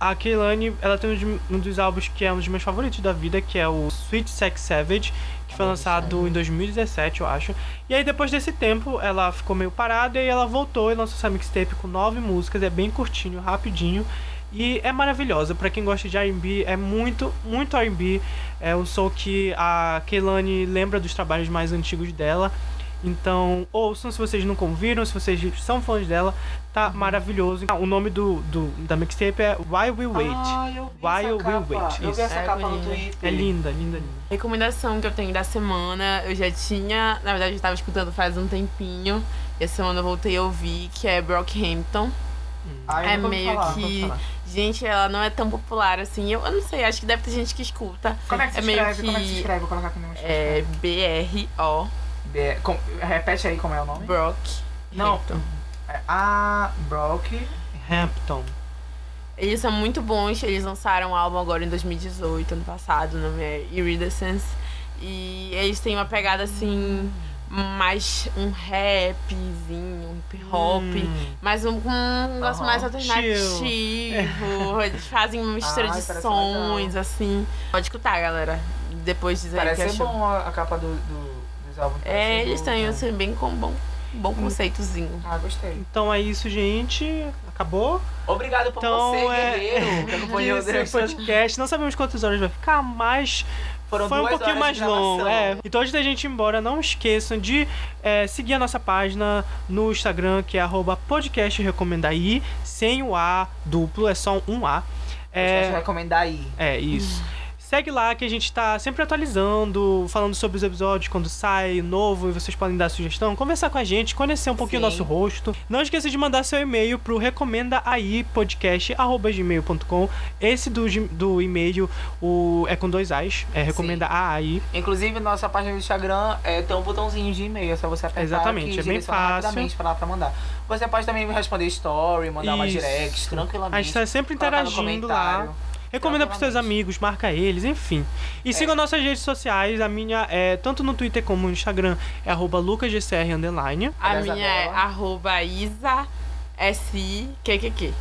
a Kehlani, ela tem um, de- um dos álbuns que é um dos meus favoritos da vida, que é o Sweet Sex Savage, que foi lançado em 2017, eu acho. E aí depois desse tempo, ela ficou meio parada e ela voltou e lançou essa mixtape com nove músicas, é bem curtinho, rapidinho. E é maravilhosa, pra quem gosta de R&B, é muito, muito R&B. É um som que a Kehlani lembra dos trabalhos mais antigos dela. Então, ouçam se vocês nunca ouviram, se vocês são fãs dela, tá maravilhoso. Ah, O nome do, do- da mixtape é Why We Wait.
Ah, eu vi
Why
essa
you will
capa.
wait?
Eu
Isso.
vi essa
É
capa no
bonito.
Twitter.
é linda, linda, linda.
Recomendação que eu tenho da semana, eu já tinha, na verdade eu tava escutando faz um tempinho, e essa semana eu voltei a ouvir, que é Brockhampton.
Ah, eu
É
nunca ouvi
meio
falar,
que-
nunca ouvi
Gente, ela não é tão popular assim. Eu, eu não sei, acho que deve ter gente que escuta.
falar. Como é que se
É meio
escreve? Como é que se
que-
escreve? Vou colocar aqui no meu chat.
É B-R-O
É, com- repete aí como é o nome.
Brock.
Não.
Hampton.
É, ah, Brock.
Hampton.
Eles são muito bons, eles lançaram um álbum agora em 2018, ano passado, o nome é Iridescence. E eles têm uma pegada assim, mais um rapzinho, um hip hop.
Hum.
Mas um, um negócio
Aham.
mais alternativo. (laughs) Eles fazem uma mistura
Ai,
de
parece
sons, assim. Pode escutar, galera. Depois dizer
Parece
que
ser
achou.
bom a, a capa do, do- dos álbuns.
É,
parece né?
eles
do-
têm
do-
assim, bem com bom, bom conceitozinho.
Ah, gostei.
Então é isso, gente. Acabou?
Obrigado por
Então,
você,
é-
guerreiro, que acompanhou
Esse é o
durante
podcast. Não sabemos quantas horas vai ficar, mas
Foram
foi um
duas
pouquinho
horas
mais
de gravação.
longo. é. Então antes da gente ir embora, não esqueçam de é, seguir a nossa página no Instagram, que é arroba podcastrecomendaí, sem o A duplo, é só um A.
Eu te
(laughs) É,
recomendar aí.
é
Hum.
isso. Segue lá que a gente tá sempre atualizando, falando sobre os episódios, quando sai novo, e vocês podem dar sugestão, conversar com a gente, conhecer um pouquinho o
Sim.
nosso rosto. Não esqueça de mandar seu e-mail pro recomendaai.podcast@gmail.com. Esse do, gim- do e-mail o é com dois A's, é recomenda aí.
Inclusive, nossa página do Instagram é, tem um botãozinho de e-mail, é só você apertar.
Exatamente,
que
é bem
direciona
fácil.
rapidamente pra lá pra mandar. Você pode também me responder story, mandar uma
Isso.
direct,
A gente
tranquilamente.
tá sempre
colocar no
interagindo
comentário.
lá. Recomenda pros seus
Tranquilamente.
amigos, marca eles, enfim. E
É.
sigam nossas redes sociais, a minha é tanto no Twitter como no Instagram, é arroba lucasgcr underline.
(laughs)
A
Aliás,
minha é
agora-
arroba isa S-I-Q-Q-Q.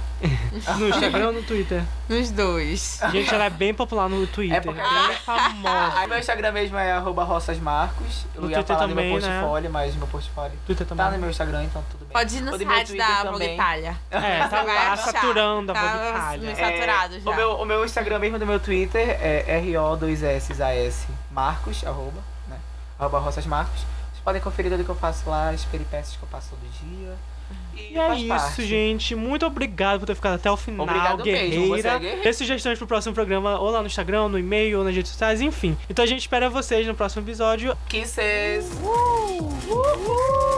No Instagram ou no Twitter?
Nos dois.
Gente, ela é bem popular no Twitter.
É porque-
Bem famosa.
Aí meu Instagram mesmo é arroba roçasmarcos.
Ah.
Eu
No
ia
Twitter
falar do
também,
meu
né?
portfólio, mas meu portfólio
Twitter
tá no
também.
meu Instagram, então tudo bem.
Pode ir no
Pode ir no
site
Twitter
da Vogue
também.
Itália.
É, tá
Vai
lá,
achar.
saturando a
Tá
Vogue
meio
Itália.
saturado já.
É, O meu, o meu Instagram mesmo do meu Twitter é RO2SAS Marcos, arroba, né? Arroba Roças Marcos. Vocês podem conferir tudo que eu faço lá, as peripécias que eu passo todo dia. E,
Uhum.
E é
faz
isso,
parte.
gente. Muito obrigado por ter ficado até o final,
Obrigado mesmo, você
guerreira.
é guerreira.
Dê sugestões pro próximo programa, ou lá no Instagram, no e-mail, ou nas redes sociais, enfim. Então a gente espera vocês no próximo episódio.
Kisses!
Uhul!